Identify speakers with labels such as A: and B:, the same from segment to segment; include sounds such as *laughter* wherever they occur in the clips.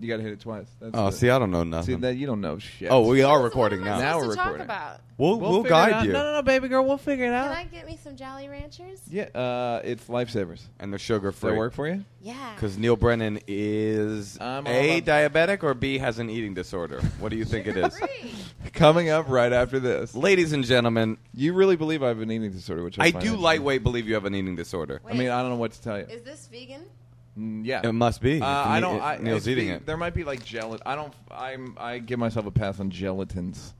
A: You got to hit it twice. That's
B: Oh,
A: the-
B: see, I don't know
A: see
B: nothing.
A: that you don't know shit.
B: oh, we are
C: What the fuck
B: recording
C: am I
B: now.
A: Now
C: supposed
A: we're
C: to talk
A: recording.
C: about?
B: We'll we'll,
A: figure it out.
B: guide you.
A: No, no, no, baby girl, we'll figure it
D: Oh.
C: Can
A: out.
C: I get me some Jolly Ranchers?
A: yeah, uh, it's lifesavers.
B: And they're sugar
A: Does that
B: free.
A: work for you?
C: Yeah.
B: Because Neil Brennan is
A: I'm all
B: a
A: about-
B: diabetic or B has an eating disorder. What do you think
A: *laughs*
B: it is?
C: Free.
A: Coming up right after this.
B: Ladies and gentlemen,
A: You really believe I have an eating disorder, which I,
B: I
A: find
B: do
A: interesting.
B: lightweight believe you have an eating disorder.
A: I mean, I don't know what to tell you.
C: Is this vegan?
A: Mm, yeah,
B: It must be.
A: Uh,
B: If you
A: I
B: need
A: don't.
B: it,
A: I,
B: Neil's
A: it's
B: eating
A: be-
B: it.
A: There might be like gelatin. I don't. I'm. I give myself a pass on gelatins.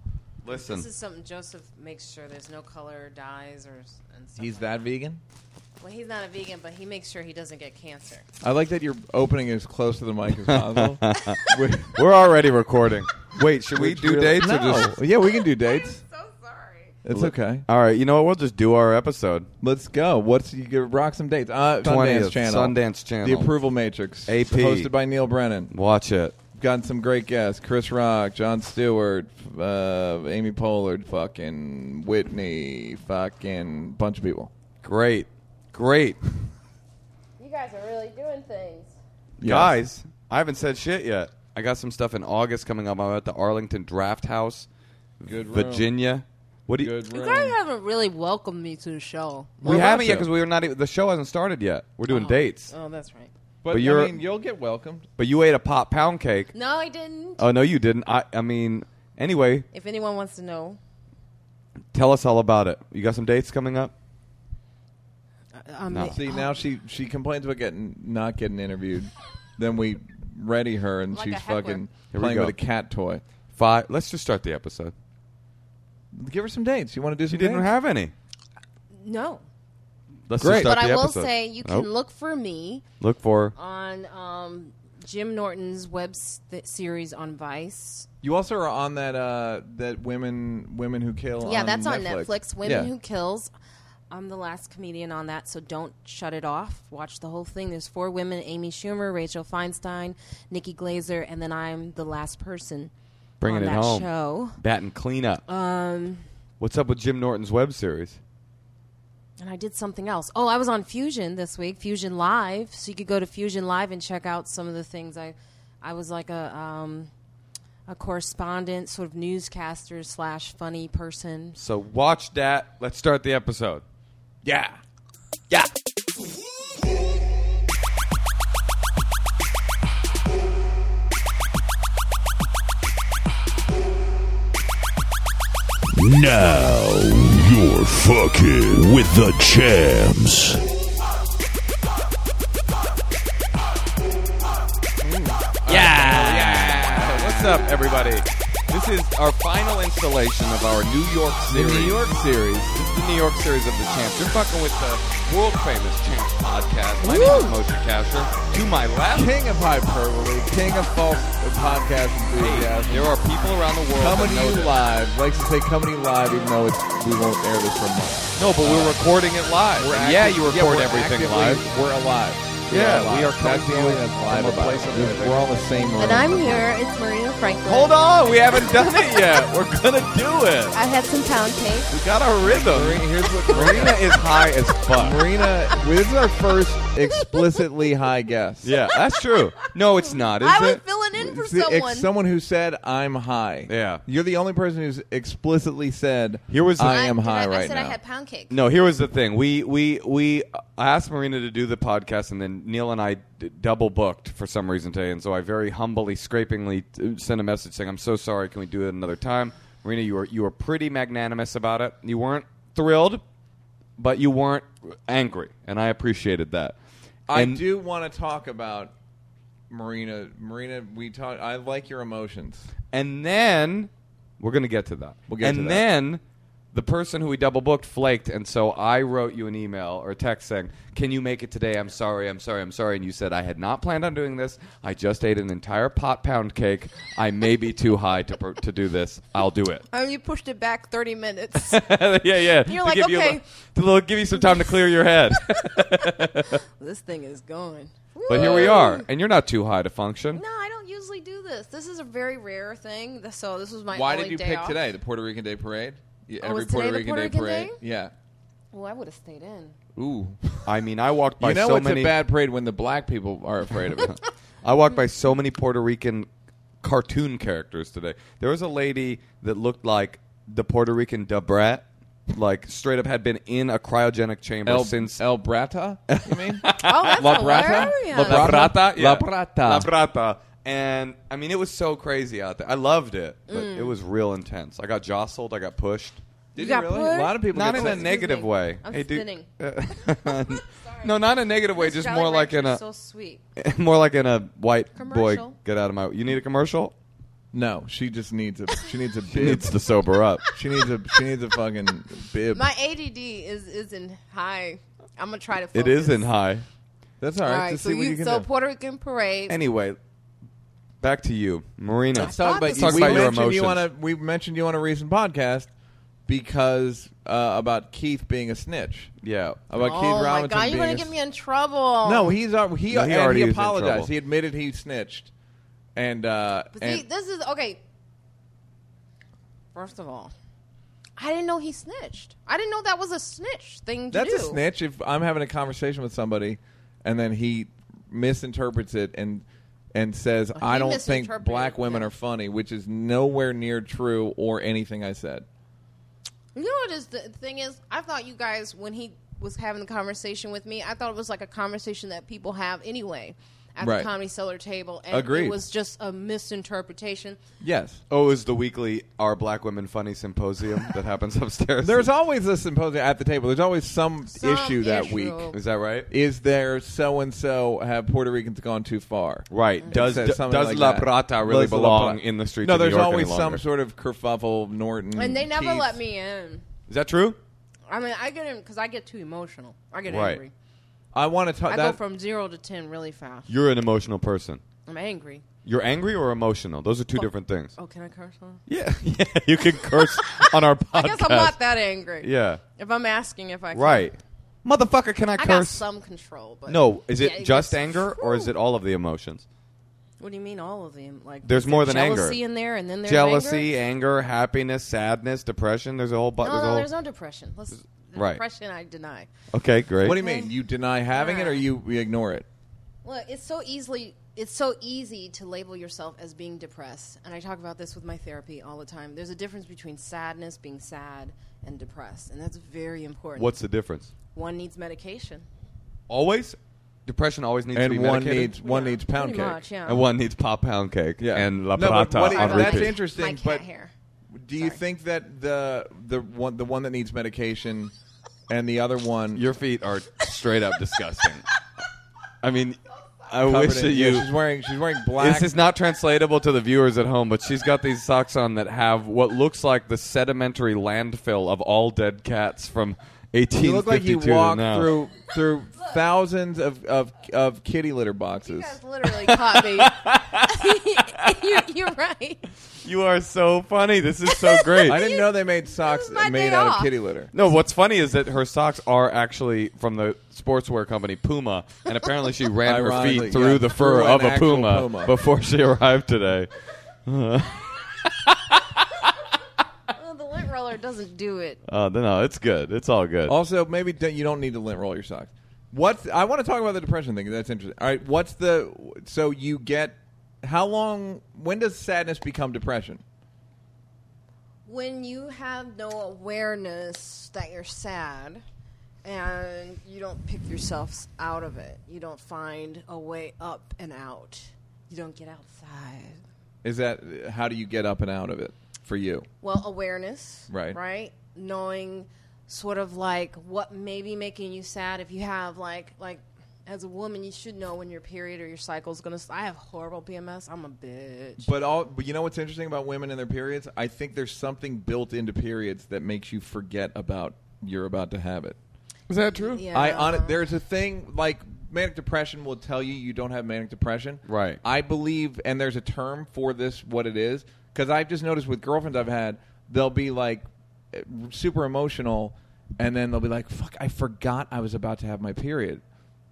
B: Listen,
D: This is something Joseph makes sure there's no color dyes or s- and stuff.
A: He's
D: like
A: that vegan.
D: Well, he's not a vegan, but he makes sure he doesn't get cancer.
A: I like that you're opening as close to the mic as possible. Which-
B: *laughs* we're
D: *laughs*
B: already recording. Wait, should we
A: which
B: do
A: really-
B: dates
A: No.
B: or
D: Oh.
B: just?
A: yeah, we can do dates.
C: So sorry.
A: It's okay.
B: All right, you know what? We'll just do our episode.
A: Let's go. What's you give rock some dates? Uh,
B: 20th,
A: Sundance Channel.
B: Sundance Channel.
A: The Approval Matrix.
B: AP.
A: Hosted by Neil Brennan.
B: Watch it.
A: Gotten some great guests: Chris Rock, John Stewart, uh, Amy Pollard, fucking Whitney, fucking bunch of people.
B: Great, great
C: You guys are really doing things.
A: Yes.
B: guys. I haven't said shit yet. I got some stuff in August coming up. I'm at the Arlington Draft House,
A: Good room.
B: Virginia. What do you?
A: Good
D: You
A: room.
D: guys haven't really welcomed me to the show.
A: We're
B: We
A: about
B: haven't yet
A: to.
B: because we were Uh. not. Even, the show hasn't started yet. We're doing dates.
D: Oh, that's right.
A: But,
B: But you're-
A: I mean, you'll get welcomed.
B: But you ate a pot pound cake.
D: No, I didn't.
B: Oh no, you didn't. I. I mean, anyway,
D: If anyone wants to know,
B: tell us all about it. You got some dates coming up?
D: I- I'm
B: No.
A: See, now she she complains about getting not getting interviewed. then we ready her, and
D: Like a
A: she's
D: heckler.
A: fucking
B: Here we
A: playing
B: go.
A: with a cat toy.
B: Five. Let's just start the episode.
A: Give her some dates. You want to do some?
B: You didn't
A: dates?
B: have any.
D: no.
B: Let's
A: Great.
B: just start
D: But I
B: the
D: will
B: episode.
D: say you can
B: Nope.
D: look for me
B: Look for.
D: on um, Jim Norton's web s- th- series on Vice.
A: You also are on that uh that women women who kill.
D: yeah,
A: on
D: that's on
A: Netflix.
D: Netflix. Women
A: Yeah.
D: Who Kills. I'm the last comedian on that, so don't shut it off. Watch the whole thing. There's four women: Amy Schumer, Rachel Feinstein, Nikki Glazer, and then I'm the last person
B: Bringing
D: on
B: it
D: that
B: home.
D: show.
B: Bat and clean up.
D: Um,
B: What's up with Jim Norton's web series?
D: and I did something else. Oh, I was on Fusion this week, Fusion Live. So you could go to Fusion Live and check out some of the things I, I was like a, um, a correspondent, sort of newscaster slash funny person.
B: So watch that. Let's start the episode. Yeah. Yeah.
E: Now you're fucking with the champs.
B: So what's up, everybody? This is our final installation of our New York series.
A: New York
B: series. This is the New York series of the champs. You're fucking with the world famous champs podcast. My name is Moshe Kasher. To my left,
A: King of hyperbole, king of false podcast enthusiasm.
B: there are people around the world.
A: Coming
B: that
A: to
B: know
A: you
B: this.
A: live. Likes to say coming to you live, even though it's, we won't air this for a month.
B: No, but we're recording it live. And yeah, you record
A: we're
B: everything
A: actively-
B: live.
A: We're alive.
B: Yeah,
A: alive.
B: we are coming
A: That's
B: to
A: the
B: you
A: only thing that's live
B: from a
A: about
B: place
A: it.
B: of
A: We're-
B: living.
A: We're all in the same room.
C: And I'm here. It's Marina Franklin.
B: Hold on, we haven't done it yet. We're gonna do it.
C: I had some pound cake.
B: We got our rhythm.
A: Marina, here's *laughs* what Marina
B: is high as fuck.
A: Marina, this is our first explicitly high guest.
B: Yeah, that's true. No, it's not, is
C: I was
B: it?
C: filling in for
A: It's, it's
C: someone.
A: someone who said I'm high.
B: Yeah.
A: you're the only person who's explicitly said
B: Here was the-
A: I am
D: did
A: high
D: I
A: right
D: said
A: now.
D: I had pound cake.
B: No, here was the thing. We we we asked Marina to do the podcast, and then Neil and I d- double booked for some reason today, and so I very humbly, scrapingly t- sent a message saying, "I'm so sorry. Can we do it another time?" Marina, you were you were pretty magnanimous about it. You weren't thrilled, but you weren't angry, and I appreciated that.
A: I
B: And-
A: do want to talk about Marina. Marina, we talk. I like your emotions.
B: And then we're going to get to that.
A: We'll get
B: and
A: to that.
B: then the person who we double booked flaked, and so I wrote you an email or text saying, "Can you make it today? I'm sorry, I'm sorry, I'm sorry." And you said, "I had not planned on doing this. I just ate an entire pot pound cake. I may be too high to per- to do this. I'll do it." *laughs*
C: Oh, you pushed it back 30 *laughs* minutes.
B: yeah, yeah.
D: You're
B: To
D: like,
B: give you a
D: "Okay."
B: little- to little- give you some time to clear
A: *laughs*
B: your head.
D: This thing is going.
B: but here we are, and you're not too high to function.
D: No, I don't usually do this. This is a very rare thing. th- So this was my.
A: Why
D: only
A: did you
D: day
A: pick
D: off.
A: today? The Puerto Rican Day Parade. Yeah,
D: Oh, was today the Puerto Rican Day?
A: Yeah.
D: Well, I would have stayed in.
C: *laughs*
A: Ooh.
B: I mean, I walked *laughs* by
A: you know
B: so
A: it's
B: many. *laughs*
A: a bad parade when the black people are afraid of it.
B: I walked by so many Puerto Rican cartoon characters today. There was a lady that looked like the Puerto Rican Debrat, like straight up had been in a cryogenic chamber
A: El,
B: since
A: El Brata, you
B: *laughs*
A: mean?
D: Oh, that's
A: La Brata?
D: hilarious.
A: La Brata?
B: yeah.
A: La Brata.
B: La Brata. And I mean, it was so crazy out there. I loved it, but it was real intense. I got jostled. I got pushed.
A: Did
F: got
A: really?
F: pushed?
A: A lot of people
B: not
A: get
B: in a
A: sick.
B: negative
D: Excuse me.
B: way.
D: I'm
B: dude. *laughs*
D: spinning. *laughs*
B: no, not in a negative way. Just more like in a *laughs*
F: so sweet.
B: more like in a white boy.
D: Commercial.
B: Get out of my. You need a commercial.
A: No, she just needs a she
B: *laughs*
A: needs a bib.
B: Needs to sober *laughs* up.
A: she needs a she needs a fucking bib.
D: My ADD is is in high. I'm gonna try to. Focus.
B: It is in high.
A: That's all
D: All
A: right.
D: right,
A: Just
D: so
A: see what
D: you,
A: you can
D: so
A: do.
D: Puerto Rican parade.
B: Anyway, back to you, Marina.
A: Let's talk about,
D: Let's
A: you.
B: talk
A: we
B: about your
A: mentioned You on a,
B: emotions.
A: we mentioned you on a recent podcast because uh, about Keith being a snitch.
B: yeah.
A: About
D: oh
A: Keith
D: my
A: Robinson
D: god,
A: being
D: you're gonna
A: a
D: get
A: s-
D: me in trouble.
A: No, he's al- he,
B: No, he
A: and
B: already is
A: he
B: in
A: apologized.
B: trouble.
A: He admitted he snitched, and uh,
D: But see,
A: and
D: this is okay. First of all, I didn't know he snitched. I didn't know that was a snitch thing to
A: that's
D: do.
A: a snitch. If I'm having a conversation with somebody, and then he misinterprets it and and says,
D: Oh, he
A: "I don't think
D: misinterpreted
A: black
D: it,
A: women
D: yeah.
A: are funny," which is nowhere near true or anything I said.
D: You know what is the thing is? I thought you guys when he was having the conversation with me, I thought it was like a conversation that people have anyway at
A: Right.
D: the comedy cellar table, and
A: Agreed.
D: it was just a misinterpretation.
A: Yes.
B: Oh, is the weekly "Are Black Women Funny" *laughs* symposium that happens upstairs?
A: There's always a symposium at the table. There's always some,
D: Some
A: issue that
D: issue.
A: week.
B: Is that right?
A: Is there so and so have Puerto Ricans gone too far?
B: Right. Does
A: Says
B: does
A: something like
B: La
A: that.
B: Plata really
A: Does La
B: belong
A: Plata-
B: in the streets?
A: No,
B: of New
A: there's
B: York any
A: always some
B: longer?
A: sort of kerfuffle. Norton
D: And they never
A: Keith.
D: let me in.
B: Is that true?
D: I mean, I get in because I get too emotional. I get
B: Right.
D: angry.
A: I want to talk.
D: I
A: that,
D: go from zero to ten really fast.
B: You're an emotional person.
D: I'm angry.
B: You're angry or emotional. Those are two different things.
D: Oh, can I curse? On?
B: Yeah, *laughs* yeah. You can curse on our podcast.
D: *laughs* I guess I'm not that angry.
B: Yeah,
D: If I'm asking if I can.
B: right. Motherfucker, can I,
D: I got
B: curse?
D: some control, but
B: no, is it
D: Yeah,
B: just
D: it's-
B: anger or is it all of the emotions?
F: What do you mean all of them? Like
B: There's
F: is
B: more
F: there
B: than anger.
F: jealousy in there, and then there's
B: Jealousy,
F: anger?
B: anger, happiness, sadness, depression. There's a whole bunch.
F: No, no,
B: whole...
F: there's no depression. Let's
B: Right.
F: depression. I deny.
B: Okay, great.
A: What do you mean? You deny having it, or you, you ignore it?
F: Well, it's so easily it's so easy to label yourself as being depressed, and I talk about this with my therapy all the time. There's a difference between sadness, being sad, and depressed, and that's very important.
B: What's the difference?
F: one needs medication,
B: Always, depression always needs to
A: And
B: be
A: one
B: medicated.
A: needs one needs pound
F: pretty
A: cake.
F: much, yeah.
B: and one needs pop pound cake.
A: Yeah.
B: and La
A: No, but
B: Plata
A: what do you-
B: on
A: that's
B: repeat.
A: interesting.
F: My cat
A: but
F: hair.
A: do you think that the the one the one that needs medication and the other one
B: Your feet are straight up disgusting. I mean, I
A: covered
B: wish
A: in-
B: that
A: yeah,
B: you.
A: she's wearing she's wearing black.
B: This is not translatable to the viewers at home, but she's got these socks on that have what looks like the sedimentary landfill of all dead cats from
A: you look like
B: 1852
A: you walked
B: to now.
A: through through thousands of, of of kitty litter boxes.
D: You guys literally caught me.
B: *laughs*
F: *laughs*
D: you're, you're right.
B: You are so funny. This is so great.
A: *laughs* I didn't know they made socks
D: This is my
A: made
D: day
A: out of
D: off.
A: kitty litter.
B: No, what's funny is that her socks are actually from the sportswear company Puma, and
A: *laughs*
B: apparently she ran her
A: Ironically,
B: feet through
A: yeah,
B: the fur
A: through
B: of
A: an
B: a puma,
A: actual puma.
B: before she *laughs* arrived today.
F: Well, the lint roller doesn't do it.
B: Uh, no, it's good. It's all good.
A: Also, maybe don't, you don't need to lint roll your socks. What's I want to talk about the depression thing. That's interesting. All right, what's the so you get how long? When does sadness become depression?
D: When you have no awareness that you're sad and you don't pick yourself out of it, you don't find a way up and out, you don't get outside.
A: Is that how do you get up and out of it for you?
D: Well, awareness.
A: Right.
D: Right? Knowing sort of like what may be making you sad if you have like, like, as a woman, you should know when your period or your cycle's gonna. I have horrible PMS. I'm a bitch.
A: But all but you know what's interesting about women and their periods? I think there's something built into periods that makes you forget about you're about to have it.
B: is that true?
A: I on it. There's a thing like manic depression will tell you you don't have manic depression.
B: Right.
A: I believe, and there's a term for this. What it is? Because I've just noticed with girlfriends I've had, they'll be like eh, super emotional, and then they'll be like, "Fuck, I forgot I was about to have my period."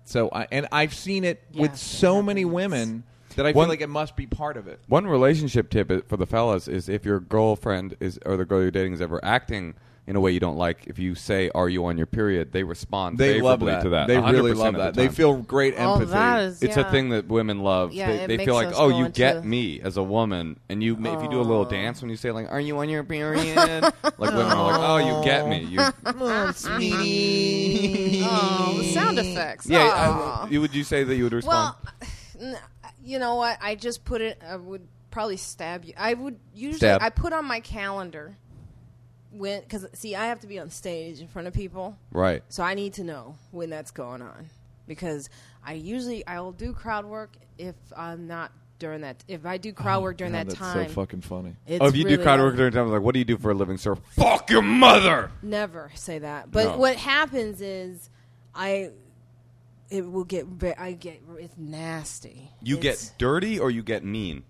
A: So I and I've seen it
F: Yeah,
A: with
F: it
A: so many women that I
B: One-
A: feel like it must be part of it.
B: One relationship tip i- for the fellas is if your girlfriend is or the girl you're dating is ever acting in a way you don't like, if you say "Are you on your period?" they respond
A: They love
B: favorably
A: that.
B: to that.
A: They
B: 100%
A: really
B: of
A: love
B: the
A: that. They
B: time.
A: feel great
D: Oh,
A: empathy.
D: that is-
B: It's
D: yeah.
B: a thing that women love.
D: Yeah,
B: they
D: it
B: they
D: makes
B: feel like,
D: us
B: oh,
D: go
B: you
D: into-
B: get me as a woman, and you ma- if you do a little dance when you say like, "Are you on your period?" like women are like, "Oh, you get me." You,
A: *laughs*
C: Oh, the sound effects.
B: yeah,
D: Ah.
C: Aw.
B: I, you would you say that you would respond?
C: Well, *sighs* n- uh, you know what? I just put it. I would probably stab you. I would usually.
B: Stab.
C: I put on my calendar when because see, I have to be on stage in front of people,
B: right.
C: so I need to know when that's going on because I usually I will do crowd work if I'm not during that. If I do crowd work during that
A: that's
C: time,
A: so fucking funny.
C: it's
B: Oh, if you do
C: really
B: crowd
C: bad.
B: work during time, like, what do you do for a living, sir? Fuck your mother.
C: Never say that. But
B: No.
C: what happens is, I it will get. ve- I get it's nasty.
B: You
C: It's
B: get dirty or you get mean.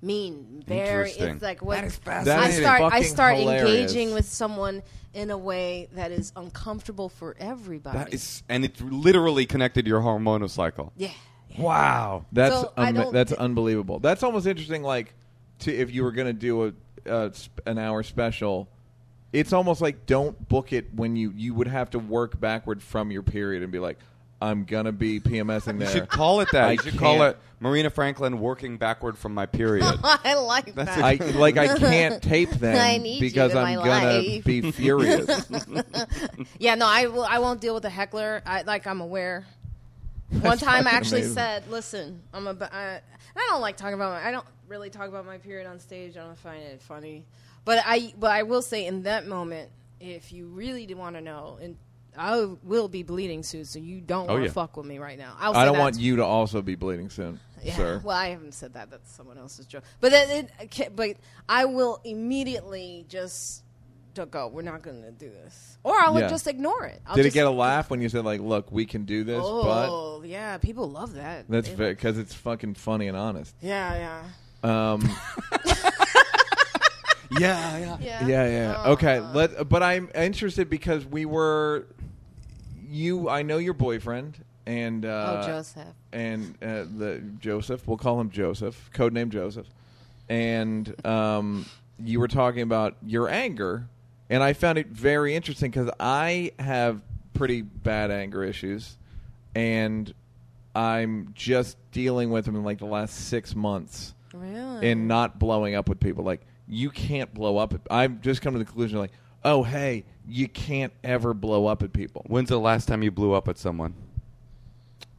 C: mean, very.
B: Interesting.
C: It's like what
A: That
C: I
A: is
C: start. I
A: fucking
C: start
A: hilarious.
C: engaging with someone in a way that is uncomfortable for everybody.
B: That is, and it's literally connected to your hormonal cycle.
C: yeah. *laughs*
B: Wow.
A: That's
C: So, I
A: ama-
C: don't-
A: that's unbelievable. That's almost interesting. Like, to if you were gonna do a, a sp- an hour special, it's almost like don't book it when you you would have to work backward from your period and be like, I'm gonna be PMSing
B: You
A: there.
B: should call it that.
A: I
B: you should call
A: can't-
B: it Marina Franklin working backward from my
D: *laughs*
B: period.
C: I like that.
A: I like I can't
C: *laughs*
A: tape them
C: I need you
A: because
C: in
A: I'm
C: my
A: gonna
C: life. *laughs*
A: be furious.
C: yeah, no, I will, I won't deal with a heckler. I like I'm aware. One time I
A: fucking
C: actually
A: amazing.
C: said, "Listen, I'm a I, I don't like talking about my I don't really talk about my period on stage. I don't find it funny. But I but I will say in that moment, if you really do want to know and I will be bleeding soon, so you don't
B: Oh,
C: want to
B: yeah.
C: fuck with me right now. I'll say
A: I don't
C: that
A: want
C: to-
A: you to also be bleeding soon,
C: yeah.
A: sir.
C: Well, I haven't said that. That's someone else's joke. But that, it, okay, but I will immediately just to go. We're not going to do this, or I'll
A: Yeah.
C: just ignore it. I'll
A: Did
C: just,
A: it get a laugh when you said like, "Look, we can do this," but
C: Oh, yeah. People love that.
A: that's
C: They-
A: because it's fucking funny and honest.
C: yeah, yeah,
A: Um,
B: yeah, yeah.
C: yeah, Oh,
A: Yeah, yeah. okay, let. uh, But I'm interested because we were, you. I know your boyfriend and uh,
C: oh, Joseph.
A: and uh, the Joseph. We'll call him Joseph. Codename Joseph. And um, you were talking about your anger, and I found it very interesting because I have pretty bad anger issues, and I'm just dealing with them in like the last six months
C: Really?
A: and not blowing up with people. Like you can't blow up. At, I've just come to the conclusion like, oh hey, you can't ever blow up at people.
B: When's the last time you blew up at someone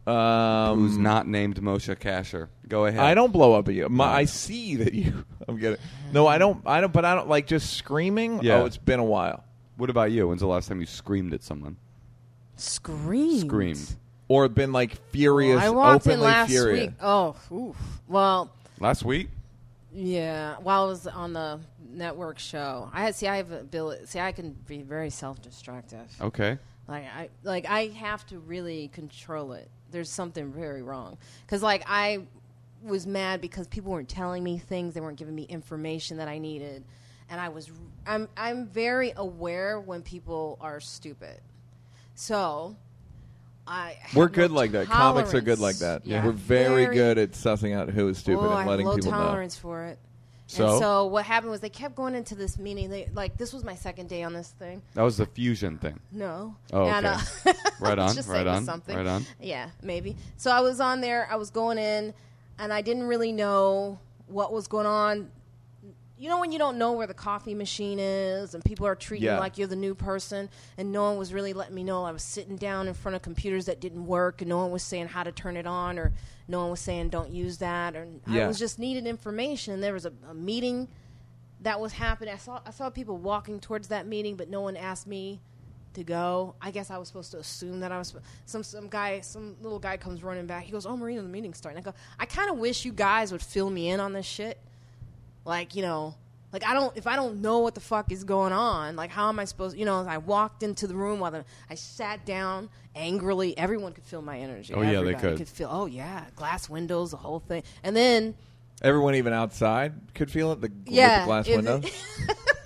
A: Um,
B: who's not named Moshe Kasher? Go ahead.
A: I don't blow up at you. My, I see that you. *laughs* I'm getting no. I don't. I don't. But I don't like just screaming.
B: Yeah.
A: Oh, it's been a while.
B: What about you? When's the last time you screamed at someone?
D: Scream.
B: Screamed.
A: Or been like furious.
C: I walked
A: openly
C: in last
A: furious.
C: week. Oh, oof. well,
B: Last week?
D: Yeah, while I was on the network show, I had see I have a bill. See, I can be very self-destructive.
B: Okay.
D: Like I like I have to really control it. There's something very wrong because like I was mad because people weren't telling me things, they weren't giving me information that I needed, and I was I'm I'm very aware when people are stupid. So I have
A: We're
D: no
A: good like that. Comics are good like that.
D: tolerance. Yeah.
A: We're very,
D: Very-
A: good at sussing out who is stupid
D: Oh,
A: and
D: I have
A: letting
D: low
A: people
D: tolerance for it.
B: So?
D: And so what happened was they kept going into this meeting. They like this was my second day on this thing.
B: That was the fusion thing.
D: No.
B: Oh,
D: And,
B: okay.
D: uh,
B: *laughs* Right
D: *laughs* I was
B: on,
D: just
B: right
D: saying
B: on,
D: Something.
B: right on.
D: Yeah, maybe. So I was on there. I was going in, and I didn't really know what was going on. You know when you don't know where the coffee machine is, and people are treating
A: Yeah.
D: you like you're the new person, and no one was really letting me know. I was sitting down in front of computers that didn't work, and no one was saying how to turn it on, or no one was saying don't use that, or
A: Yeah.
D: I was just needed information. There was a, a meeting that was happening. I saw I saw people walking towards that meeting, but no one asked me to go. I guess I was supposed to assume that I was some some guy, some little guy comes running back. He goes, "Oh, Marina, the meeting's starting." I go, "I kind of wish you guys would fill me in on this shit. Like, you know, like I don't if I don't know what the fuck is going on, like how am I supposed? You know, I walked into the room while the, I sat down angrily. Everyone could feel my energy.
B: Oh, yeah, they
D: Everybody
B: could.
D: feel. Oh yeah, glass windows, the whole thing, and then.
A: know. Everyone, even outside, could feel it. The, with
D: Yeah,
A: the glass
D: it-
A: window.
D: *laughs*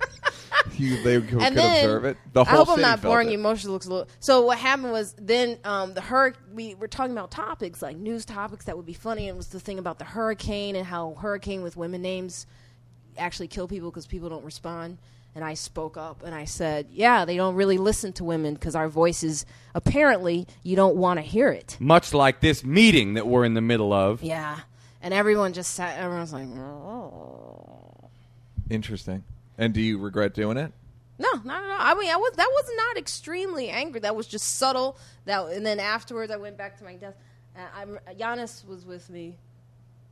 A: you, they could, could
D: and then,
A: observe it. The whole
D: I hope I'm
A: city
D: not
A: felt
D: boring
A: it.
D: you. Moshe looks a little. So what happened was then um, the hur. We were talking about topics like news topics that would be funny, and it was the thing about the hurricane and how hurricane with women names actually kill people because people don't respond. and I spoke up and I said, "Yeah, they don't really listen to women because our voices apparently you don't want to hear it."
B: Much like this meeting that we're in the middle of.
D: Yeah, and everyone just sat. Everyone's like, "Oh."
A: Interesting. And do you regret doing it?
D: No, not at all. I mean, I was that was not extremely angry. That was just subtle. That and then afterwards, I went back to my desk. Uh, I'm, Giannis was with me.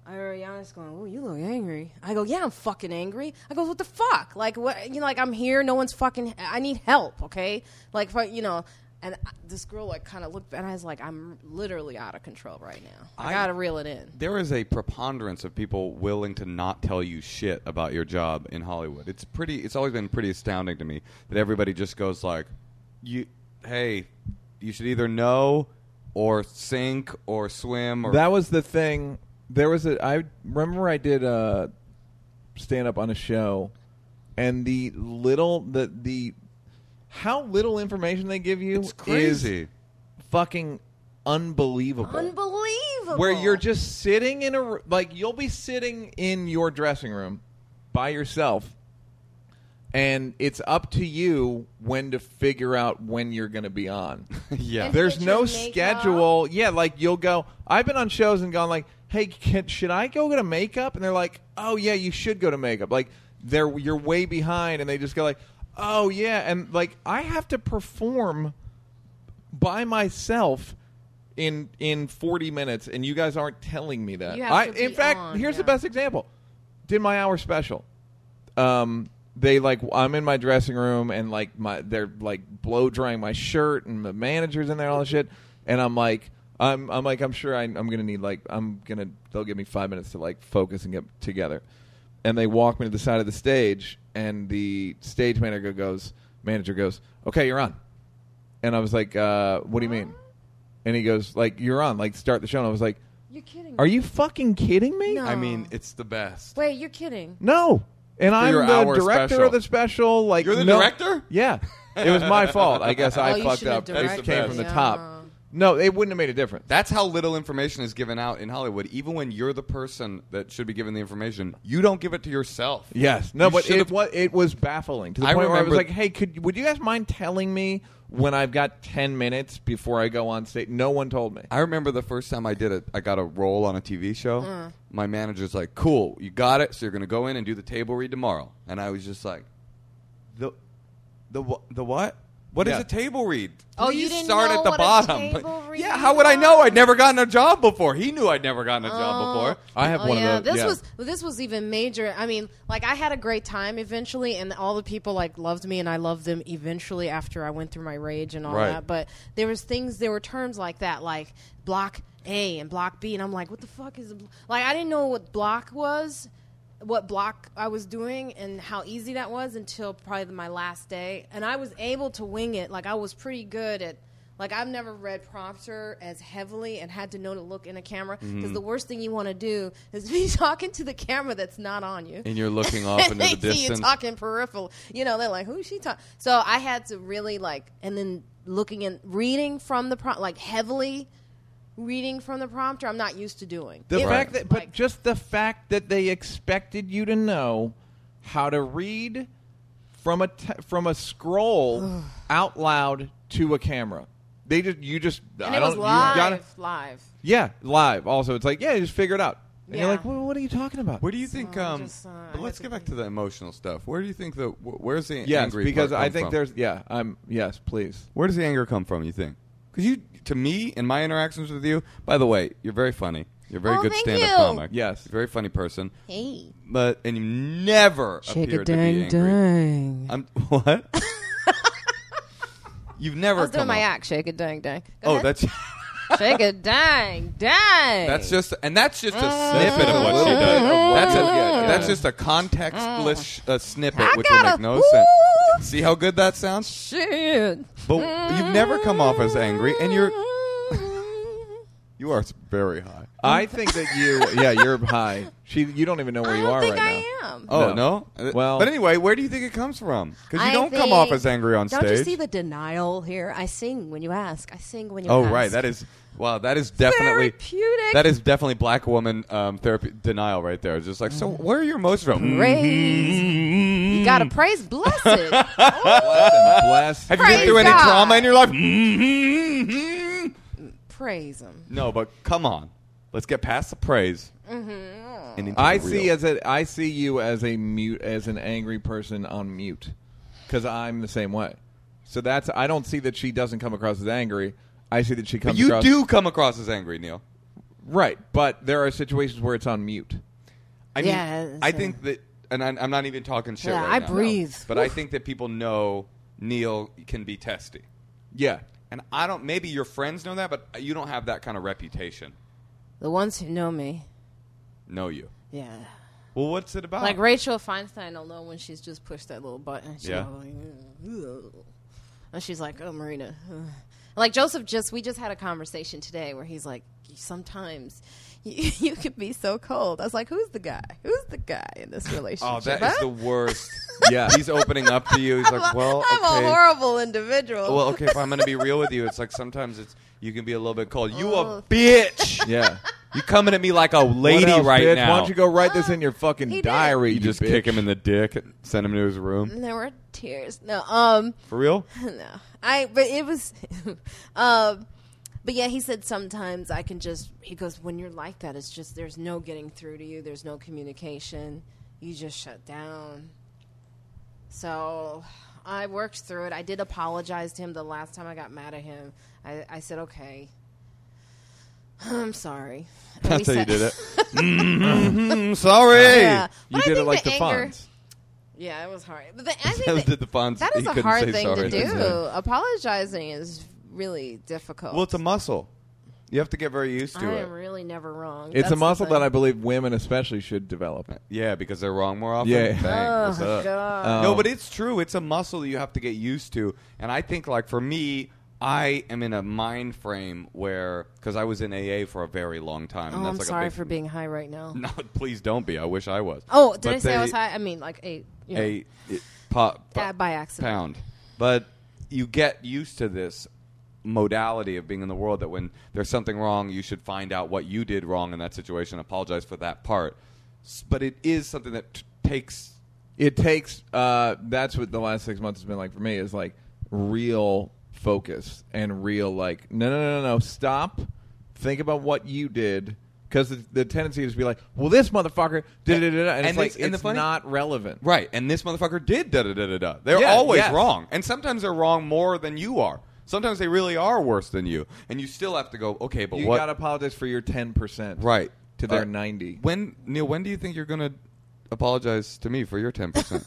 D: I heard Giannis going, "Oh, you look angry." I go, "Yeah, I'm fucking angry." I go, "What the fuck? Like, what? You know, like I'm here. No one's fucking. I need help. Okay, like, fu- you know." And I- this girl like kind of looked, and I was like, "I'm literally out of control right now. I,
B: I-
D: gotta reel it in."
B: There is a preponderance of people willing to not tell you shit about your job in Hollywood. It's pretty. It's always been pretty astounding to me that everybody just goes like, "You, hey, you should either know or sink or swim." Or
A: That was the thing. There was a. I remember I did a stand up on a show, and the little the the how little information they give you
B: it's crazy.
A: is fucking unbelievable.
D: Unbelievable.
A: Where you're just sitting in a r- like you'll be sitting in your dressing room by yourself, and it's up to you when to figure out when you're going to be on.
B: yeah.
D: And-
A: There's
D: get
A: no
D: your makeup.
A: schedule. Yeah, like you'll go. I've been on shows and gone like, "Hey, can, should I go get a makeup?" And they're like, "Oh yeah, you should go to makeup." Like they're you're way behind, and they just go like, "Oh yeah," and like I have to perform by myself in in 40 minutes, and you guys aren't telling me that.
D: You have
A: I,
D: to
A: in
D: be
A: fact,
D: on,
A: here's the
D: yeah.
A: best example. Did my hour special um they like I'm in my dressing room and like my they're like blow drying my shirt and the manager's in there and all that shit and I'm like I'm I'm like I'm sure I, I'm gonna need like I'm gonna they'll give me five minutes to like focus and get together and they walk me to the side of the stage and the stage manager goes manager goes okay you're on and I was like uh, what do you mean and he goes like you're on like start the show and I was like
D: You're kidding.
A: are you fucking kidding me
D: No.
B: I mean, it's the best.
D: Wait, you're kidding.
A: no. And I'm
B: your
A: the
B: hour
A: director
B: special.
A: of the special. Like
B: You're the
A: no-
B: director?
A: Yeah. It was my fault. I guess
D: *laughs* Oh,
A: I
D: you
A: fucked
D: shouldn't have
A: up. It
D: directed.
A: came from the
D: Yeah.
A: top. No, it wouldn't have made a difference.
B: That's how little information is given out in Hollywood. Even when you're the person that should be given the information, you don't give it to yourself.
A: Yes. No,
B: You
A: but
B: should've-
A: it was it was baffling to the
B: I
A: point where I was
B: remember-
A: like, "Hey, could would you guys mind telling me when I've got 10 minutes before I go on stage?" No one told me.
B: I remember the first time I did it, I got a role on a TV show.
D: Mm.
B: My manager's like, "Cool, you got it. So you're gonna go in and do the table read tomorrow." And I was just like, "the the wha- the what? What is
A: Yeah.
B: a table read?
D: Oh, you
B: Please
D: didn't
B: start
D: know
B: at the
D: what a
B: bottom.
D: table read
B: yeah, how would I know?
D: was?
B: I'd never gotten a job before. He knew I'd never gotten a job before.
A: I have
D: Oh
A: one
D: yeah,
A: of those.
D: this
A: yeah.
D: was well, this was even major. I mean, like I had a great time eventually, and all the people like loved me, and I loved them eventually after I went through my rage and all
B: Right.
D: that. But there was things, there were terms like that, like block A and block B, and I'm like, what the fuck is a bl-? like? I didn't know what block was, what block I was doing, and how easy that was until probably my last day, and I was able to wing it. Like I was pretty good at. Like I've never read prompter as heavily and had to know to look in a camera because the worst thing you want to do is be *laughs* talking to the camera that's not on you.
B: And you're looking off into the
D: *laughs* They see you
B: distance.
D: talking peripheral. You know, they're like, "Who's she talking?" So I had to really like, and then looking and reading from the prompt, like heavily reading from the prompter. I'm not used to doing.
A: The
D: It
A: fact
D: was
A: that, but
D: like-
A: just the fact that they expected you to know how to read from a te- from a
D: *sighs*
A: scroll out loud to a camera. They just you just
D: and
A: I
D: it was
A: don't
D: live,
A: you gotta
D: live.
A: yeah live. Also, it's like yeah, just figure it out. And you're
D: Yeah.
A: like, well, what are you talking about?
B: Where do you think?
D: Oh, I
B: um,
D: just, uh,
B: but
D: I
B: let's
D: had
B: get
D: to
B: back to the emotional stuff. Where do you think the wh- where's the
A: yes,
B: angry?
A: because
B: part
A: I
B: come
A: think
B: from?
A: there's yeah. I'm yes,
D: *laughs*
A: please.
B: Where does the anger come from? You think? Because you, to me, in my interactions with you, by the way, you're very funny. You're a very
D: Oh,
B: good
D: thank
B: stand-up
D: you.
B: comic.
A: Yes.
B: You're a very funny person.
D: Hey,
B: But and you never appear to be angry.
D: dang.
B: I'm *laughs*
D: *laughs*
B: what? You've never.
D: I was doing
B: come
D: my
B: up-
D: act. Shake it,
B: *laughs*
D: dang, dang. Go
B: Oh,
D: ahead.
B: that's
D: Shake it, dang, dang.
B: that's just and that's just a snippet of what she does. That's a, that's just a contextless uh, snippet,
D: I
B: which will
D: gotta-
B: make no sense.
D: Ooh,
B: See how good that sounds?
D: shit.
B: But you've never come off as angry, and
D: *laughs*
B: you're you are very high.
A: I think that you yeah you're high. She you don't even know where
D: I
A: you
D: don't
A: are
D: think
A: right now.
D: I am.
B: Oh
A: No.
B: no. Uh,
A: Well-
B: but anyway, where do you think it comes from? Because you
D: I
B: don't come off
D: think-
B: as angry on stage.
D: Don't you see the denial here? I sing when you ask. I sing when you
B: oh
D: ask.
B: right, that is Wow, that is definitely
C: Therapeutic.
B: That is definitely black woman um, therapy denial right there. Just like, so where are your emotions from?
D: Praise. You gotta
B: Mm-hmm.
D: praise
B: *laughs*
D: blessed.
A: Bless.
B: Have you been
C: Praise
B: through any
C: God.
B: trauma in your life? Mm-hmm.
D: praise him.
B: No, but come on, let's get past the praise. Mm-hmm.
A: I see as a I see you as a mute as an angry person on mute because I'm the same way. So that's I don't see that she doesn't come across as angry. I see that she comes.
B: you
A: across,
B: do come across as angry, Neil.
A: right, but there are situations where it's on mute.
B: I mean,
D: Yeah,
B: I
D: it's a-
B: think that, and I'm, I'm not even talking shit.
D: Yeah,
B: right
D: I
B: now,
D: breathe.
B: But I think that people know Neil can be testy,
A: Yeah,
B: and I don't. Maybe your friends know that, but you don't have that kind of reputation.
D: The ones who know me.
B: Know you?
D: Yeah.
B: Well, what's it about?
D: Like Rachel Feinstein will know when she's just pushed that little button. She'll
B: Yeah.
D: go like, "Ugh, ugh." and she's like, oh, Marina. *sighs* ugh." Like Joseph just, we just had a conversation today where he's like, sometimes *laughs* you, you could be so cold. I was like, who's the guy? Who's the guy in this
B: *laughs*
D: relationship?
B: oh, that is
D: huh?
B: the
D: *laughs*
B: worst.
A: yeah.
B: He's opening up to you. He's like, well,
D: I'm
B: okay.
D: a horrible individual.
B: well, okay. If I'm going to
D: *laughs*
B: be real with you, it's like sometimes it's you can be a little bit cold. You a
D: Oh.
B: bitch.
A: yeah.
B: You coming at me like a
A: What
B: *laughs* lady
A: else,
B: right
A: bitch?
B: now?
A: Why don't you go write this in your fucking
D: Uh, He did.
A: diary?
B: You just
A: bitch.
D: *laughs*
B: kick him in the dick and send him to his room.
D: and there were tears. No, um, *laughs*
B: For real?
D: no. I but it was *laughs* um but yeah, he said sometimes I can just he goes when you're like that it's just there's no getting through to you, there's no communication. You just shut down. So I worked through it. I did apologize to him the last time I got mad at him. I, I said, "Okay, *sighs* I'm sorry." And we
B: That's how you
D: said-
B: did it. Mhm, sorry.
D: *laughs*
B: *laughs*
D: Yeah,
A: You
D: But I
A: did it
D: think
A: like the,
D: the anger-
A: Fonz.
D: Yeah, it was hard. But
B: *laughs*
D: the, I think
B: That
D: that-
B: did the Fonz.
D: That
B: He
D: is a
B: couldn't say
D: hard thing
B: sorry.
D: to do.
B: That's it.
D: Apologizing is really difficult.
B: Well, it's a muscle. You have to get very used to
D: I
B: it.
D: am really never wrong.
A: It's
D: That's
A: a muscle
D: the
A: that I
D: thing.
A: believe women especially should develop.
B: yeah, because they're wrong more often.
A: Yeah.
B: Bang. What's
D: Oh,
B: up?
D: God.
A: Um,
B: no, but it's true. It's a muscle that you have to get used to. And I think, like, for me, I am in a mind frame where, because I was in AA for a very long time.
D: Oh,
B: and that's
D: I'm
B: like
D: sorry
B: a big,
D: for being high right now.
B: *laughs* No, please don't be. I wish I was.
D: Oh, did I
B: But
D: say I
B: they-
D: was high? I mean, like eight. You know.
B: a it- po- po-
D: Uh, by accident.
B: pound. But you get used to this modality of being in the world that when there's something wrong, you should find out what you did wrong in that situation, apologize for that part. S- But it is something that t- takes.
A: it takes uh that's what the last six months has been like for me is like real focus and real like no no no no no stop think about what you did because the, the tendency is to be like well this motherfucker did it and,
B: And
A: it's like
B: it's- and the
A: it's
B: funny-
A: not relevant
B: Right, and this motherfucker did da da da da da. They're
A: Yeah,
B: always
A: yes.
B: wrong, and sometimes they're wrong more than you are. Sometimes they really are worse than you, and you still have to go. Okay, but
A: you
B: what?
A: gotta apologize for your 10%
B: right
A: to their
B: Uh,
A: 90
B: When Neil, when do you think you're gonna apologize to me for your ten percent?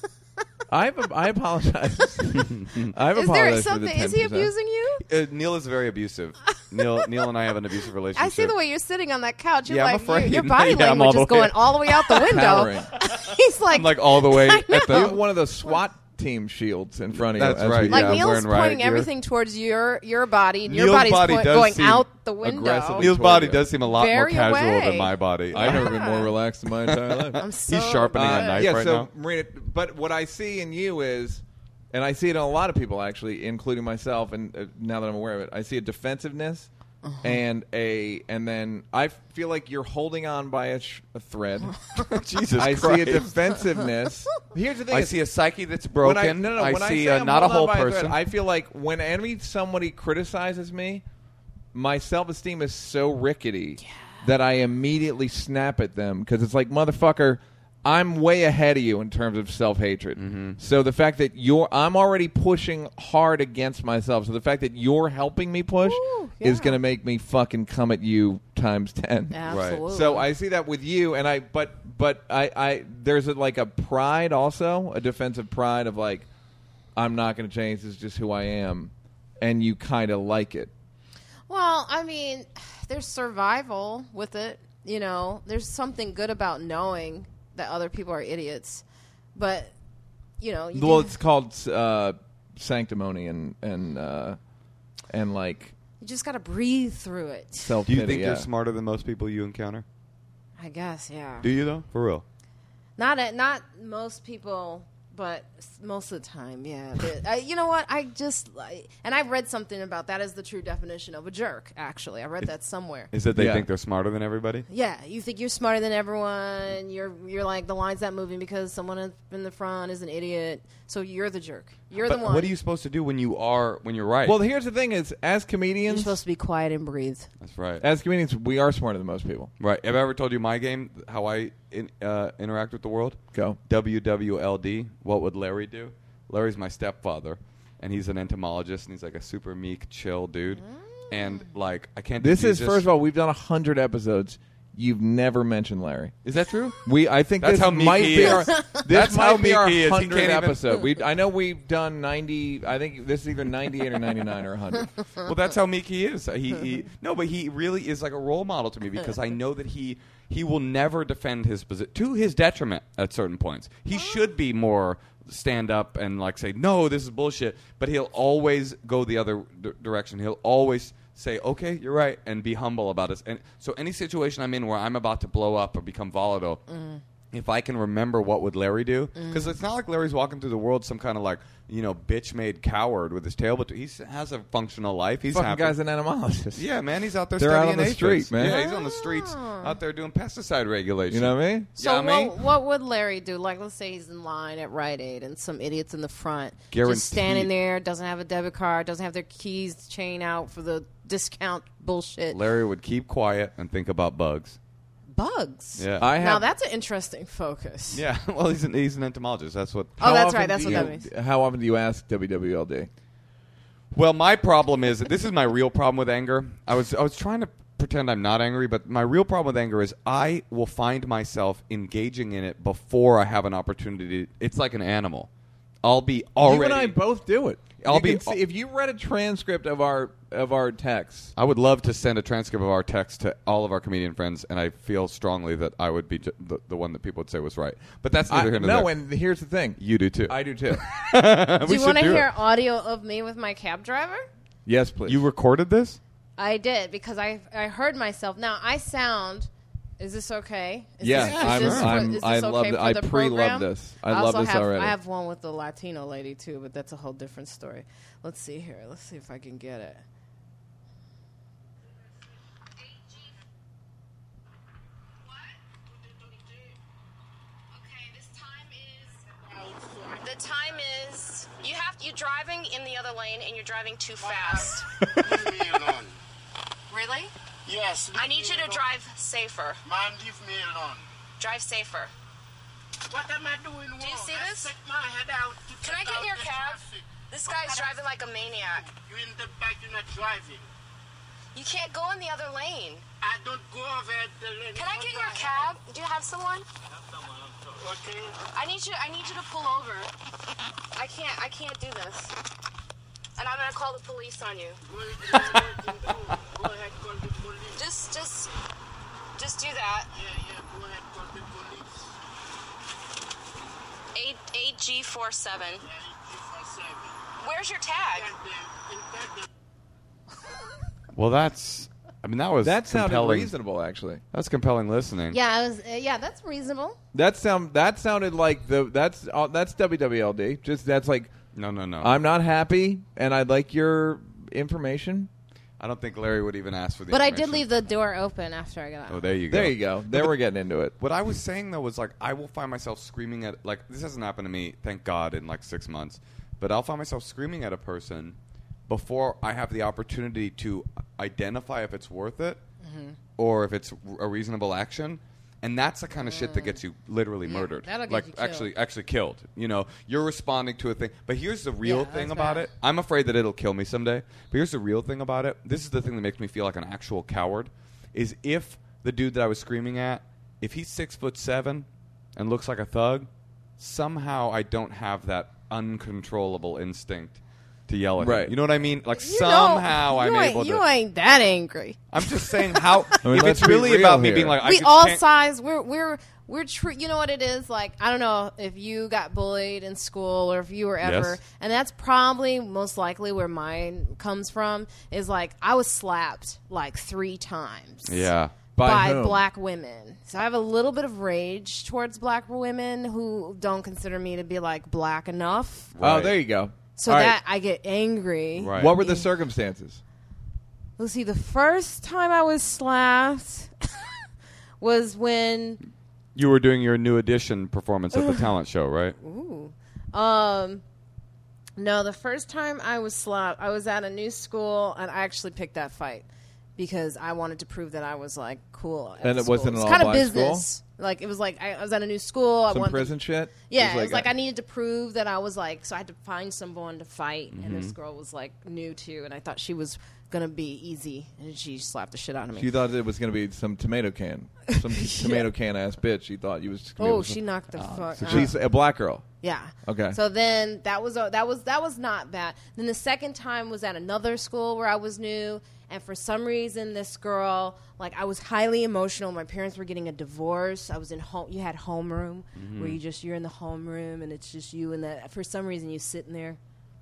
A: I've, i
B: *laughs*
A: apologize i've
D: Is there
A: apologized for the
D: something? Is he
A: 10%.
D: abusing you?
B: Uh, Neil is very abusive.
D: *laughs*
B: Neil, Neil and I have an abusive relationship.
D: I see the way you're sitting on that couch. You're
B: Yeah, I'm
D: like, your-
B: afraid. *laughs*
D: your body
B: Yeah, I'm all
D: language
B: the
D: is
B: way-
D: going all the
B: *laughs*
D: way out the window. *laughs* He's like,
B: I'm like oh, all the way
D: *laughs* I
B: at
A: you have
B: the.
A: one of those
D: Oh.
A: swat team shields in front of
B: That's
A: you as we
B: right,
A: go.
D: like
B: yeah, I'm
D: Neil's
B: wearing riot
D: pointing
B: gear.
D: everything towards your your body, and your
B: Neil's
D: body's
B: body
D: point-
B: does
D: going
B: seem
D: out the window.
A: aggressively
B: Neil's body does seem a lot more
D: Very
B: casual
D: away.
B: than my body.
A: i've never *laughs* been
D: *laughs*
A: more relaxed in my entire life
D: I'm so
B: He's sharpening a
A: Uh,
B: knife
A: yeah,
B: right
A: so
B: now.
A: Marina, but what I see in you is, and I see it in a lot of people actually, including myself. And uh, now that I'm aware of it, I see a defensiveness and a, and then I feel like you're holding on by a, sh- a *laughs* thread.
B: *laughs* Jesus
A: I
B: Christ.
A: see a defensiveness. *laughs* Here's the thing:
B: I
A: is
B: see a psyche that's
A: when
B: broken.
A: I, no, no, no,
B: I
A: when
B: see
A: I
B: uh,
A: say I'm
B: not a
A: holding on
B: whole
A: by thread,
B: person.
A: I feel like when any somebody criticizes me, my self esteem is so rickety that I immediately snap at them because it's like motherfucker. I'm way ahead of you in terms of self hatred.
B: Mm-hmm.
A: So the fact that you're, I'm already pushing hard against myself. So the fact that you're helping me push
D: Ooh,
A: is
D: yeah.
A: going to make me fucking come at you times ten.
D: Absolutely.
A: So I see that with you, and I but but I I there's a, like a pride also a defensive pride of like I'm not going to change. This is just who I am, and you kind of like it.
D: Well, I mean, *sighs* there's survival with it. You know, there's something good about knowing that other people are idiots, but you know, you
A: Well,
D: do-
A: it's called uh, sanctimony and and uh, and like
D: you just got to breathe through it.
A: self
B: Do you
A: pity.
B: think
A: yeah.
B: you're smarter than most people you encounter?
D: I guess, yeah.
B: Do you though? For real?
D: Not at, not most people but s- most of the time, yeah. But, I, you know what? I just like, and I've read something about that is the true definition of a jerk. Actually, I read that somewhere.
B: Is that they
A: Yeah.
B: think they're smarter than everybody?
D: Yeah, you think you're smarter than everyone. You're you're like the line's not moving because someone in- in the front is an idiot. So you're the jerk. You're
B: But
D: the one.
B: what are you supposed to do when you are when you're right?
A: Well, here's the thing: is as
D: You're
A: comedians,
D: supposed to be quiet and breathe.
B: that's right.
A: as comedians, we are smarter than most people.
B: right. Have I ever told you my game? How I in, uh, interact with the world?
A: Go.
B: WWLD. What would Larry do? Larry's my stepfather, and he's an entomologist, and he's like a super meek, chill dude. And like I can't.
A: This
B: you
A: is
B: just-
A: first of all, we've done hundred episodes. You've never mentioned Larry.
B: Is that true?
A: We, I think
B: That's
A: this
B: how meek
A: might
B: he
A: be
B: is. *laughs*
A: our this
B: That's
A: might
B: how
A: be our
B: meek he is. He
A: hundred
B: can't even-
A: episode. We, I know we've done ninety. I think this is either ninety eight or ninety nine or hundred.
B: well, that's how meek he is. He, he no, but he really is like a role model to me because I know that he he will never defend his position to his detriment at certain points. He should be more stand up and like say no, this is bullshit. But he'll always go the other d- direction. He'll always say okay, you're right, and be humble about it. And so any situation I'm in where I'm about to blow up or become volatile if I can remember what would Larry do, because it's not like Larry's walking through the world some kind of like you know bitch made coward with his tail between. He has a functional life. He's
A: Fucking
B: happy.
A: guy's an entomologist.
B: yeah, man, he's out there.
A: They're out
B: studying
A: on the
B: aphids.
A: street, man.
B: Yeah, he's on the streets out there doing pesticide regulation.
A: you know what I mean?
D: So
B: Yeah, I mean-
D: what, what would Larry do? Like, let's say he's in line at Rite Aid and some idiot's in the front,
B: Guaranteed.
D: just standing there, doesn't have a debit card, doesn't have their keys chain out for the discount bullshit.
B: Larry would keep quiet and think about bugs.
D: Bugs.
B: Yeah,
A: I have,
D: Now that's an interesting focus.
B: yeah. *laughs* Well, he's an he's an entomologist. That's what.
D: Oh, that's
A: often
D: right. That's
A: do
D: what that
A: you-
D: means.
A: How often do you ask WWLD?
B: Well, my problem is this is my real problem with anger. I was I was trying to pretend I'm not angry, but my real problem with anger is I will find myself engaging in it before I have an opportunity. It's like an animal. I'll be already.
A: You and I both do it.
B: I'll
A: You
B: be-
A: can see- if you read a transcript of our of our texts,
B: I would love to send a transcript of our text to all of our comedian friends, and I feel strongly that I would be j- the, the one that people would say was right. But that's
A: I,
B: neither here nor
A: no.
B: there.
A: And here's the
B: *laughs*
A: thing:
B: you do too.
A: I do too.
D: do you want to
B: do it.
D: hear audio of me with my cab driver?
A: yes, please.
B: you recorded this?
D: I did because I I heard myself. Now I sound. Is this okay? Is
A: Yeah,
D: this,
A: I'm-
D: for-
A: I'm- I love
D: for
A: th- I
D: the
A: pre-love
D: program?
A: this. I love
D: also
A: this
D: have,
A: already.
D: I have one with the Latino lady too, but that's a whole different story. Let's see here. Let's see if I can get it.
G: Okay, this time is. The time is you have you're driving in the other lane and you're driving too fast.
H: Leave me alone.
G: Really?
H: Yes.
G: I
H: leave
G: need
H: me
G: you to
H: alone.
G: drive safer.
H: Man, leave me alone.
G: Drive safer.
H: What am I doing wrong?
G: you see
H: I
G: this?
H: Set my head out to
G: Can
H: check
G: I get
H: out
G: in your
H: the
G: cab?
H: traffic.
G: This guy's driving like a maniac.
H: You in the back, you're not driving.
G: You can't go in the other lane.
H: I don't go over the lane.
G: Can I get your
H: Okay.
G: cab? Do you have someone?
H: Okay.
G: I need you. I need you to pull over. I can't. I can't do this. And I'm gonna call the police on you.
H: Go ahead, go ahead, go ahead, call the police.
G: Just, just, just do that.
H: Yeah, yeah, go ahead, call the police.
G: A AG 47.
H: Yeah, you for seven.
G: Where's your tag?
H: Tell them, and tell them
B: Well, that's. I mean, that was
A: that sounded
B: compelling.
A: reasonable, actually.
B: That's compelling listening.
D: Yeah, I was, uh, yeah, that's reasonable.
A: That sound that sounded like the that's uh, that's WWLD. Just that's like
B: No, no, no.
A: I'm not happy, and I'd like your information.
B: I don't think Larry would even ask for the.
D: But I did
B: information.
D: leave the door open after I got out.
B: Oh, there you go.
A: There you go. There we're getting into it.
B: What I was saying though was like I will find myself screaming at like this hasn't happened to me, thank God, in like six months. But I'll find myself screaming at a person before I have the opportunity to identify if it's worth it
D: Mm-hmm.
B: or if it's a reasonable action. And that's the kind of shit that gets you literally murdered.
D: that'll get
B: like
D: you killed.
B: actually actually killed. You know, you're responding to a thing. But here's the real
D: Yeah,
B: thing
D: that's
B: about
D: bad.
B: it. I'm afraid that it'll kill me someday. But here's the real thing about it. This is the thing that makes me feel like an actual coward. Is if the dude that I was screaming at, if he's six foot seven and looks like a thug, somehow I don't have that uncontrollable instinct to yell at
A: Right.
B: him. You know what I mean? Like
D: You
B: somehow
D: don't-
B: I'm
D: you ain't,
B: able to.
D: You ain't that angry.
B: I'm just
A: *laughs*
B: saying how.
A: mean,
B: if
A: let's
B: it's
A: be
B: really
A: real
B: about me
A: here.
B: being like, I
D: we
B: just
D: all
B: can't-
D: size. We're we're we're true. You know what it is like. I don't know if you got bullied in school or if you were ever,
B: Yes.
D: and that's probably most likely where mine comes from. Is like I was slapped like three times.
B: Yeah.
A: By
D: by
A: whom?
D: black women. So I have a little bit of rage towards black women who don't consider me to be like black enough.
A: Oh, there you go.
D: So
A: All right.
D: that I get angry.
B: Right.
A: What were the circumstances?
D: Lucy, the first time I was slapped *laughs* was when
B: You were doing your new edition performance at the talent show, right?
D: Um, no, the first time I was slapped, I was at a new school, and I actually picked that fight because I wanted to prove that I was like cool. at
A: And
D: the
A: it wasn't
D: school.
A: an
D: It's kind of
A: all-black
D: business. Like it was like I, I was at a new school. I
A: Some
D: wanted
A: prison
D: To,
A: shit.
D: yeah, it was, like I needed to prove that I was like. So I had to find someone to fight, and
A: Mm-hmm.
D: this girl was like new too, and I thought she was gonna be easy, and she slapped the shit out of me.
A: You thought it was going to be some tomato can,
D: *laughs*
A: some tomato can ass bitch. You thought you was. just gonna be
D: oh,
A: able to-
D: she knocked the fuck.
A: So
D: out.
A: she's a black girl.
D: Yeah.
A: Okay.
D: So then that was uh, that was that was not bad. Then the second time was at another school where I was new, and for some reason this girl like I was highly emotional. My parents were getting a divorce. I was in home. You had homeroom
A: Mm-hmm.
D: where you just you're in the homeroom and it's just you and that. For some reason you sit in there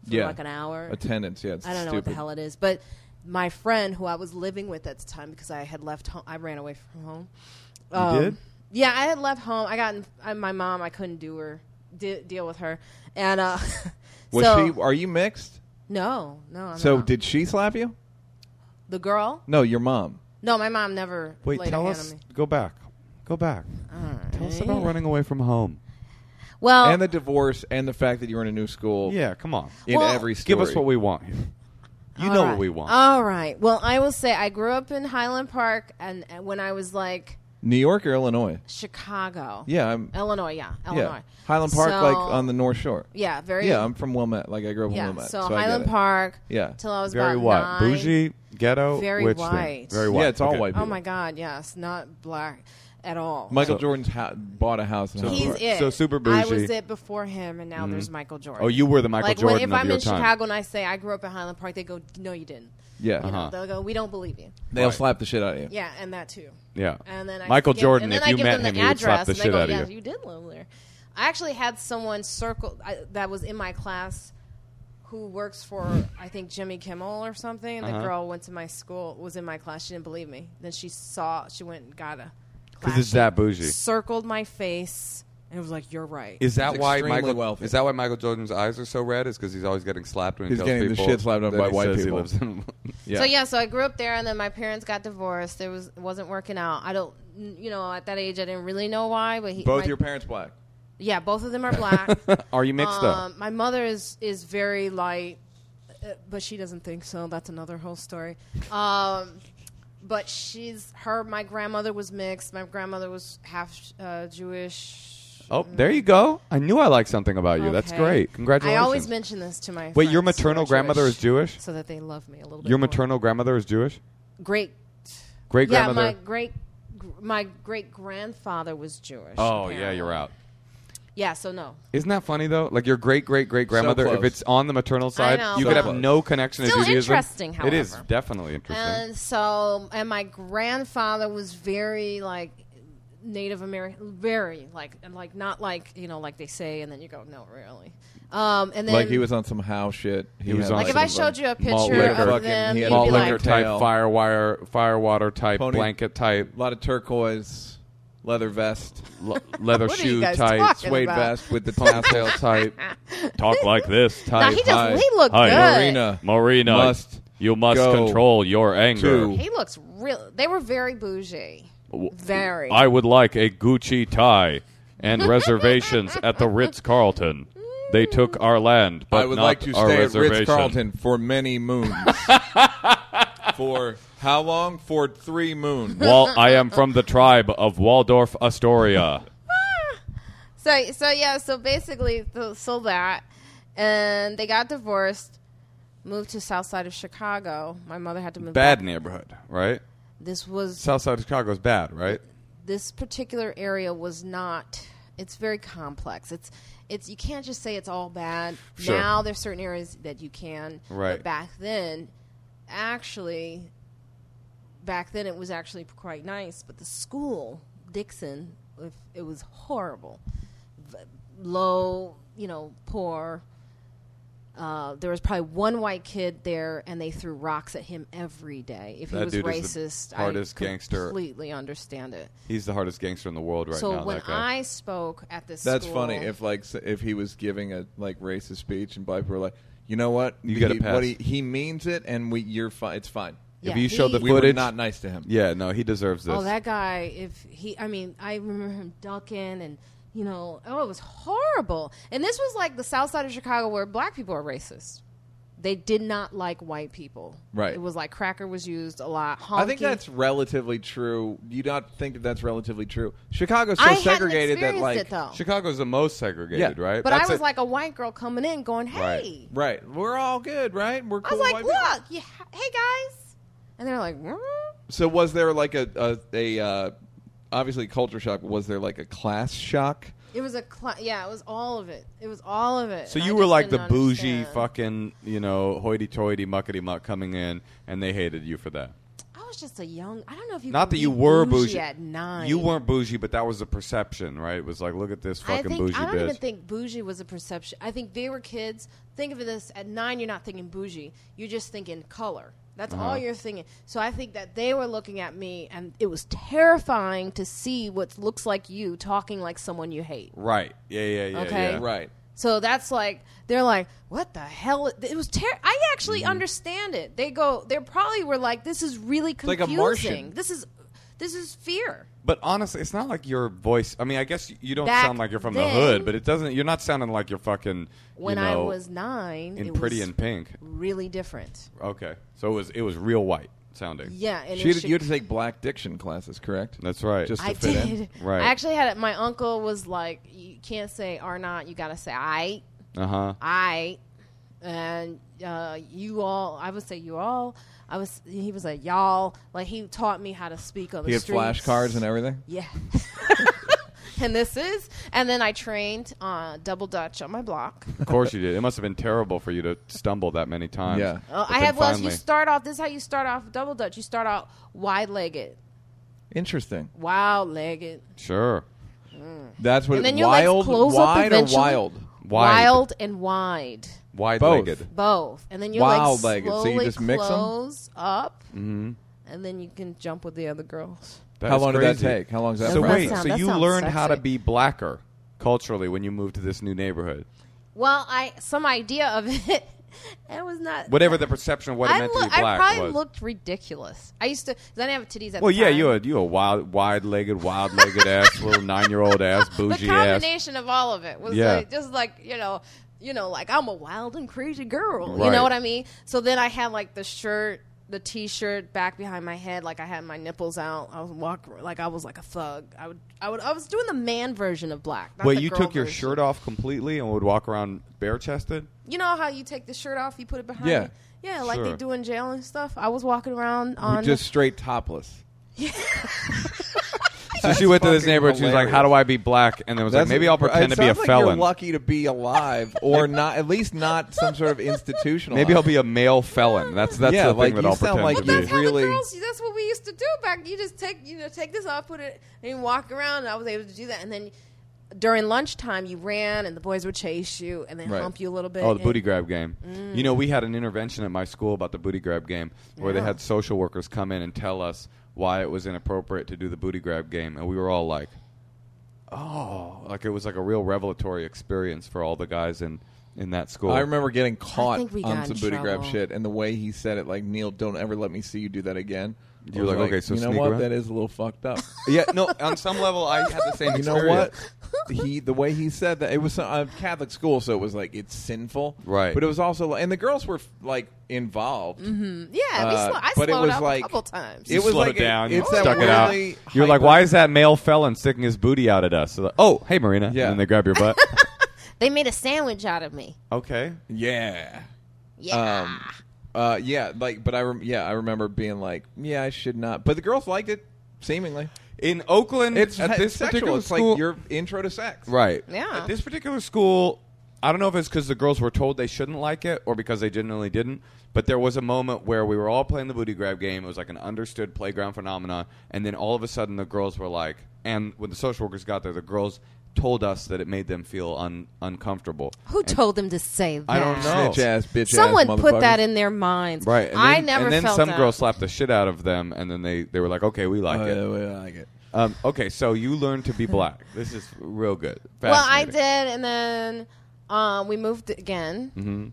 D: for
A: Yeah.
D: like an hour.
A: Attendance. Yeah. It's
D: I don't know
A: stupid.
D: what the hell it is, but my friend who I was living with at the time because I had left home, I ran away from home. Um,
B: did?
D: Yeah, I had left home. I got in, I, my mom. I couldn't do her de- deal with her, and uh, *laughs*
A: Was
D: so,
A: she? Are you mixed?
D: No, no. I'm
A: So
D: not.
A: did she slap you?
D: the girl?
A: No, your mom.
D: No, my mom never. laid a hand on me.
B: Go back. Go back. Tell us about running away from home.
D: Well,
A: and the divorce, and the fact that you were in a new school.
B: Yeah, come on.
A: In
D: Well-
A: every story.
B: Give us what we want here. You
D: All
B: know
D: right. Oh,
B: what we want.
D: All right. Well, I will say I grew up in Highland Park, and, and when I was like
A: New York or Illinois?
D: Chicago,
A: Yeah, I'm.
D: Illinois, yeah, Illinois,
A: Yeah, Highland Park,
D: So-
A: like on the North Shore.
D: yeah, very,
A: Yeah, I'm from Wilmette. Like I grew up
D: yeah.
A: in Wilmette.
D: so,
A: I get
D: Highland
A: it.
D: Park,
A: Yeah.
D: till I was
B: very
D: about
B: what?
D: nine.
B: Bougie, ghetto,
D: Very
B: which Thing?
D: white.
B: Very
D: Yeah,
B: white.
A: it's all
B: Okay.
A: white
D: Oh
A: people.
D: my God, yes, not black at all.
A: Michael
B: So-
A: Jordan's ha- bought a house. In Highland
D: He's
A: Park.
D: it.
B: So super
D: I was
B: bougie.
D: it before him, and now there's Michael Jordan.
B: Oh, you were the Michael
D: like
B: Jordan
D: when, if
B: of
D: I'm
B: your
D: in
B: time.
D: Chicago and I say I grew up in Highland Park, they go, "No, you didn't."
A: Yeah,
B: Uh-huh.
D: They'll go, "We don't believe you."
A: they'll
B: Right.
A: slap the shit out of you.
D: Yeah, and that too.
B: Yeah.
D: And then I
B: Michael
D: give-
B: Jordan,
D: and then
B: if
D: I
B: you
D: give
B: met
D: them
B: him,
D: the
B: he would
D: address,
B: slap the
D: and they
B: shit
D: go,
B: out
D: yeah,
B: of you.
D: You did live there. I actually had someone circle I, that was in my class who works for I think Jimmy Kimmel or something. And the
B: Uh-huh.
D: girl went to my school, was in my class. She didn't believe me. Then she saw, she went and got a
B: Because it's
D: class,
B: that bougie.
D: circled my face, and was like, "You're right."
B: Is that
A: He's
B: why
A: extremely
B: Michael?
A: wealthy.
B: Is that why Michael Jordan's eyes are so red? Is because he's always getting slapped when he
A: He's
B: tells
A: getting the
B: people
A: shit slapped on
B: that
A: by
B: he
A: white
B: says he
A: people.
B: lives in-
A: Yeah.
D: So yeah, so I grew up there, and then my parents got divorced. It was it wasn't working out. I don't, you know, at that age, I didn't really know why. But he,
A: Both
D: my-
A: your parents black.
D: *laughs* yeah, both of them are black.
B: are you *laughs* mixed
D: Um,
B: up?
D: my mother is is very light, uh, but she doesn't think so. That's another whole story. Um, but she's her. My grandmother was mixed. My grandmother was half uh, Jewish.
B: Oh, there you go. I knew I liked something about you. That's
D: Okay.
B: great. Congratulations.
D: I always mention this to my.
B: Wait, your
D: friends who
B: maternal
D: are
B: grandmother
D: Jewish,
B: is Jewish?
D: so that they love me a little bit.
B: Your
D: more.
B: maternal grandmother is Jewish.
D: great.
B: Great
D: Yeah,
B: grandmother.
D: my great. gr- My great grandfather was Jewish.
B: oh yeah,
D: apparently.
B: you're out.
D: Yeah, so no.
B: Isn't that funny though? Like your great great great grandmother,
A: So close.
B: if it's on the maternal side,
D: know.
B: you
D: So
B: could have
A: close.
B: no connection
D: Still
B: to Judaism.
D: interesting,
B: It is
D: however.
B: definitely interesting.
D: And so, and my grandfather was very like Native American, very like, and like not like you know, like they say, and then you go, no, really. Um, and then
A: Like he was on some how shit. He,
B: was
A: had,
B: on
D: like, if
B: some
D: I showed you a picture
B: malt
A: liquor.
D: of
A: Fucking-
D: them,
A: he
D: you'd
A: had
D: be
B: Malt liquor
D: like,
A: t-
B: type,
A: Tail.
B: fire wire, fire water type,
A: Pony-
B: blanket type,
A: a lot of turquoise, leather
D: *laughs*
A: vest,
B: le- leather
D: What are you
B: shoe
D: guys
B: type,
D: talking
A: suede
D: about?
A: vest
D: *laughs*
A: with the tassel.
B: ponytail type, talk like this
D: nah,
B: type.
D: he
A: Hi.
D: does. He looked
B: Hi.
D: good.
A: Marina.
B: Marina,
A: Must
B: you must
A: go
B: control your anger.
A: to-
D: He looks real. They were very bougie. Very.
B: I would like a Gucci tie
D: *laughs*
B: and reservations at the Ritz Carlton. They took our land, but
A: I would
B: not
A: like to
B: our
A: stay at
B: reservation.
A: Ritz Carlton for many
B: *laughs*
A: moons. for how long? For three moons.
B: Wal- I am from the tribe of Waldorf Astoria.
D: So so yeah, so basically so, so that and they got divorced, moved to south side of Chicago. My mother had to move
B: Bad
D: back.
B: neighborhood, right?
D: This was
B: South side of Chicago is bad, right?
D: this particular area was not it's very complex. It's it's you can't just say it's all bad.
B: Sure.
D: Now there's certain areas that you can.
B: Right.
D: But back then, actually back then it was actually quite nice, but the school, Dixon, if it was horrible. V- Low, you know, poor. Uh, there was probably one white kid there, and they threw rocks at him every day. If he
B: That
D: was
B: dude is the
D: racist,
B: hardest
D: I
B: gangster.
D: completely understand it.
B: He's the hardest gangster in the world right
D: so
B: now.
D: when
B: that guy.
D: I spoke at this,
A: That's
D: school-
A: funny. If like s- if he was giving a like racist speech and black people were like, you know what,
B: You
A: he,
B: gotta pass.
A: What he, he means it, and we you're fine. It's fine.
D: Yeah,
B: you showed the
D: he-
A: We were
B: Footage?
A: not nice to him.
B: yeah, no, he deserves this.
D: Oh, that guy! If he, I mean, I remember him ducking and. You know, oh, it was horrible. And this was like the south side of Chicago where black people are racist. They did not like white people.
A: Right.
D: It was like cracker was used a lot.
A: I think
D: honky.
A: that's relatively true. You not think that that's relatively true? Chicago's so
D: I hadn't
A: segregated that
D: experienced
A: like
D: it, though.
B: Chicago's the most segregated,
A: Yeah.
B: right?
D: But
B: That's
D: I was
B: it.
D: like a white girl coming in, going, "Hey,"
B: Right.
A: right, we're all good, right? We're
D: I
A: cool.
D: was like,
A: white people.
D: "Look, yeah, hey guys," and they're like, "Mm."
A: So was there like a a, a uh, obviously culture shock? but Was there like a class shock?
D: "It was a cl- yeah, it was all of it. It was all of it."
B: So
D: And I
B: you were
D: just
B: like the
D: didn't
B: bougie,
D: understand.
B: fucking, you know, hoity-toity, muckety-muck coming in, and they hated you for that.
D: I was just a young. I don't know if you
B: Not that
D: could be
B: you were
D: bougie,
B: bougie,
D: at nine.
B: You weren't bougie, but that was the perception, right? It was like, look at this
D: I
B: fucking
D: think
B: bougie
D: I don't
B: bitch.
D: even think bougie was a perception. I think they were kids. Think of this: at nine, you're not thinking bougie. You're just thinking color. That's
B: Uh-huh.
D: all you're thinking. So I think that they were looking at me, and it was terrifying to see what looks like you talking like someone you hate.
B: right? Yeah, yeah, yeah.
D: Okay.
B: yeah.
A: Right.
D: So that's like they're like, what the hell? It was ter- I actually
B: Mm-hmm.
D: understand it. They go, they probably were like, this is really
A: like
D: confusing.
A: a Martian.
D: This is, this is fear.
B: But honestly, it's not like your voice. I mean, I guess you don't
D: Back
B: sound like you're from
D: then-
B: the hood, but it doesn't. You're not sounding like you're fucking.
D: When
B: you know,
D: I was nine,
B: in
D: it
B: Pretty
D: was
B: in Pink.
D: really different.
B: Okay, so it was it was real white sounding.
D: Yeah, and
A: She
D: it
A: had,
D: should-
A: you had to take black diction classes, correct?
B: that's right.
A: Just-
D: *laughs* I
A: to fit in.
D: did.
B: Right.
D: I actually had it. My uncle was like, you can't say are not. You got to say I.
B: uh
A: uh-huh.
D: *laughs*
B: huh.
D: I and uh, you all. I would say you all. I was. He was like y'all. Like he taught me how to speak on
A: He
D: the
A: had
D: streets.
A: flashcards and everything.
D: *laughs* Yeah. and this is. And then I trained uh, double Dutch on
A: *laughs*
D: my block.
B: Of course you did. It must have been terrible for you to stumble that many times.
A: Yeah.
D: Uh,
B: But
D: I
B: then
D: had well, you
B: finally-
D: start off. This is how you start off double Dutch. You start out wide legged,
A: Interesting.
D: wild legged,
B: Sure.
A: That's what
D: and
A: it-
D: then your
A: wild,
D: legs close up
A: wide, or
D: eventually.
A: wild.
B: Wide.
D: wild and wide.
B: Wide
A: Both.
B: legged.
D: Both, and then your
A: Wild
D: legs
A: legged, so you
D: slowly
A: just mix 'em?
D: close up,
B: Mm-hmm.
D: and then you can jump with the other girls.
A: How long did that take? How long is that?
B: so
D: Doesn't that
B: wait,
D: sound-
B: so
D: that
B: you
D: sounds
B: learned how to
D: sexy.
B: be blacker culturally when you moved to this new neighborhood.
D: Well, I some idea of *laughs* it. It was not
B: Whatever the perception of what it
D: I,
B: meant
D: look-
B: to be
D: I
B: black
D: probably
B: was.
D: looked ridiculous. I used to. 'cause I didn't have titties at
B: well,
D: the
B: yeah,
D: time.
B: you a you a wild, wide-legged, wild-legged ass
D: *laughs*
B: little nine-year-old ass
D: the
B: bougie ass.
D: combination of all of it was
B: Yeah.
D: like, just like you know you know like i'm a wild and crazy girl you
B: Right.
D: know what i mean so then i had like the shirt the t-shirt back behind my head like i had my nipples out i was walking like i was like a thug i would i would i was doing the man version of black not
B: Wait,
D: the
B: you
D: girl
B: took your
D: version.
B: shirt off completely and would walk around
A: *laughs*
B: bare-chested?
D: you know how you take the shirt off you put it behind
A: Yeah.
D: you? yeah like they
B: Sure.
D: do in jail and stuff i was walking around
A: You're
D: on
A: just straight topless.
B: So she went to this
A: fucking
B: neighborhood. She was like,
A: hilarious.
B: "How do I be black?" And then was like,
A: That's-
B: "Maybe I'll pretend
A: it
B: to be a
A: sounds like
B: felon.
A: You're lucky to be alive,
B: *laughs*
A: or not at least not some sort of institutional.
B: Maybe I'll be a male felon." That's that's
A: Yeah,
B: the thing
A: like,
B: that
A: you
B: I'll
A: sound
B: pretend
A: like
B: to
A: you-
B: be.
D: that's how
A: really-
D: the girls. That's what we used to do back. You just take you know take this off, put it, and you walk around. And I was able to do that. And then during lunchtime, you ran, and the boys would chase you and then
A: Right.
D: hump you a little bit.
B: Oh, the booty
D: and-
B: grab game. You know, we had an intervention at my school about the booty grab game where they had social workers come in and tell us why it was inappropriate to do the booty grab game. And we were all like, oh, like it was like a real revelatory experience for all the guys in, in that school.
A: I remember getting
D: I
A: caught
D: think we got
A: on
D: in
A: some booty grab
D: trouble.
A: shit, and the way he said it, like Neil, don't ever let me see you do that again.
B: You
A: I
B: were
A: was
B: like, okay, so
A: you know
B: sneak
A: what?
B: around.
A: That is a little fucked up.
B: *laughs* Yeah, no, on some level, I had the *laughs* same
A: you know what? He the way he said that it was some- a Catholic school, so it was like it's sinful,
B: Right.
A: But it was also like, and the girls were like involved.
D: Mm-hmm. yeah, we
A: Uh,
D: slow, I
A: but it
D: slowed
A: was
D: up
A: like-
D: a couple times.
A: It was
B: slowed
A: like a-
B: down.
A: it's
B: you
A: that
B: stuck it out.
A: really
B: You're like,
A: hyper-
B: why is that male felon sticking his booty out at us? So like, oh, hey, Marina.
A: Yeah.
B: And then they grab your butt.
D: they made a sandwich out of me.
B: *laughs* okay.
A: Yeah.
D: Yeah.
A: Um, uh, yeah, like, but I rem- yeah, I remember being like, yeah, I should not. But the girls liked it, seemingly.
B: In Oakland,
A: It's
B: at
A: he-
B: this
A: sexual.
B: particular
A: it's
B: school,
A: like your intro to sex,
B: Right.
D: Yeah.
B: At this particular school, I don't know if it's because the girls were told they shouldn't like it or because they genuinely didn't, but there was a moment where we were all playing the booty grab game. It was like an understood playground phenomenon. And then all of a sudden, the girls were like, and when the social workers got there, the girls told us that it made them feel un- uncomfortable.
D: Who told them to say that?
B: I don't know. No.
A: Snitch ass bitch.
D: Someone
A: ass
D: put that
A: motherfuckers.
D: in their minds.
B: Right. And
D: I
B: then,
D: never
B: And then
D: felt
B: some
D: that.
B: girl slapped the shit out of them, and then they, they were like, okay, we like
A: Oh,
B: it.
A: yeah, well, I like it.
B: Um, okay, so you learned to
D: *laughs*
B: be black. this is real good.
D: Well, I
B: Fascinating.
D: did, and then um, we moved again. Mm-hmm.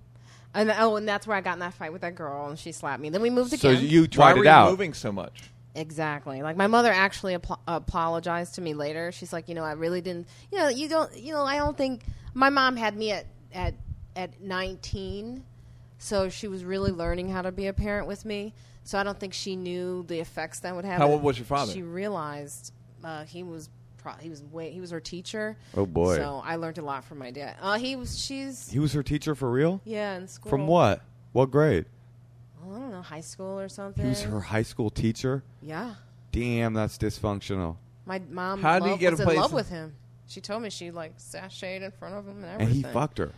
D: And oh, and that's where I got in that fight with that girl, and she slapped me. Then we moved
B: So
D: again.
B: you
A: Why
B: tried
A: were
B: it
A: you
B: out.
A: moving so much?
D: Exactly. Like my mother actually apo- apologized to me later. She's like, you know, I really didn't. You know, you don't. You know, I don't think my mom had me at at at nineteen, so she was really learning how to be a parent with me. So I don't think she knew the effects that would have.
A: How old was your father?
D: She realized uh, he was. Pro- he was way, he was her teacher.
B: Oh, boy.
D: So I learned a lot from my dad. Uh, he was she's
B: He was her teacher for real?
D: yeah in school
B: From what? What grade?
D: I don't know high school or something.
B: He was her high school teacher?
D: yeah.
B: Damn, that's dysfunctional.
D: My mom
A: How do you
D: love-
A: get
D: was
A: a
D: in
A: place
D: love
A: in-
D: with him. She told me she like sashayed in front of him and
B: And he
D: everything.
B: fucked her.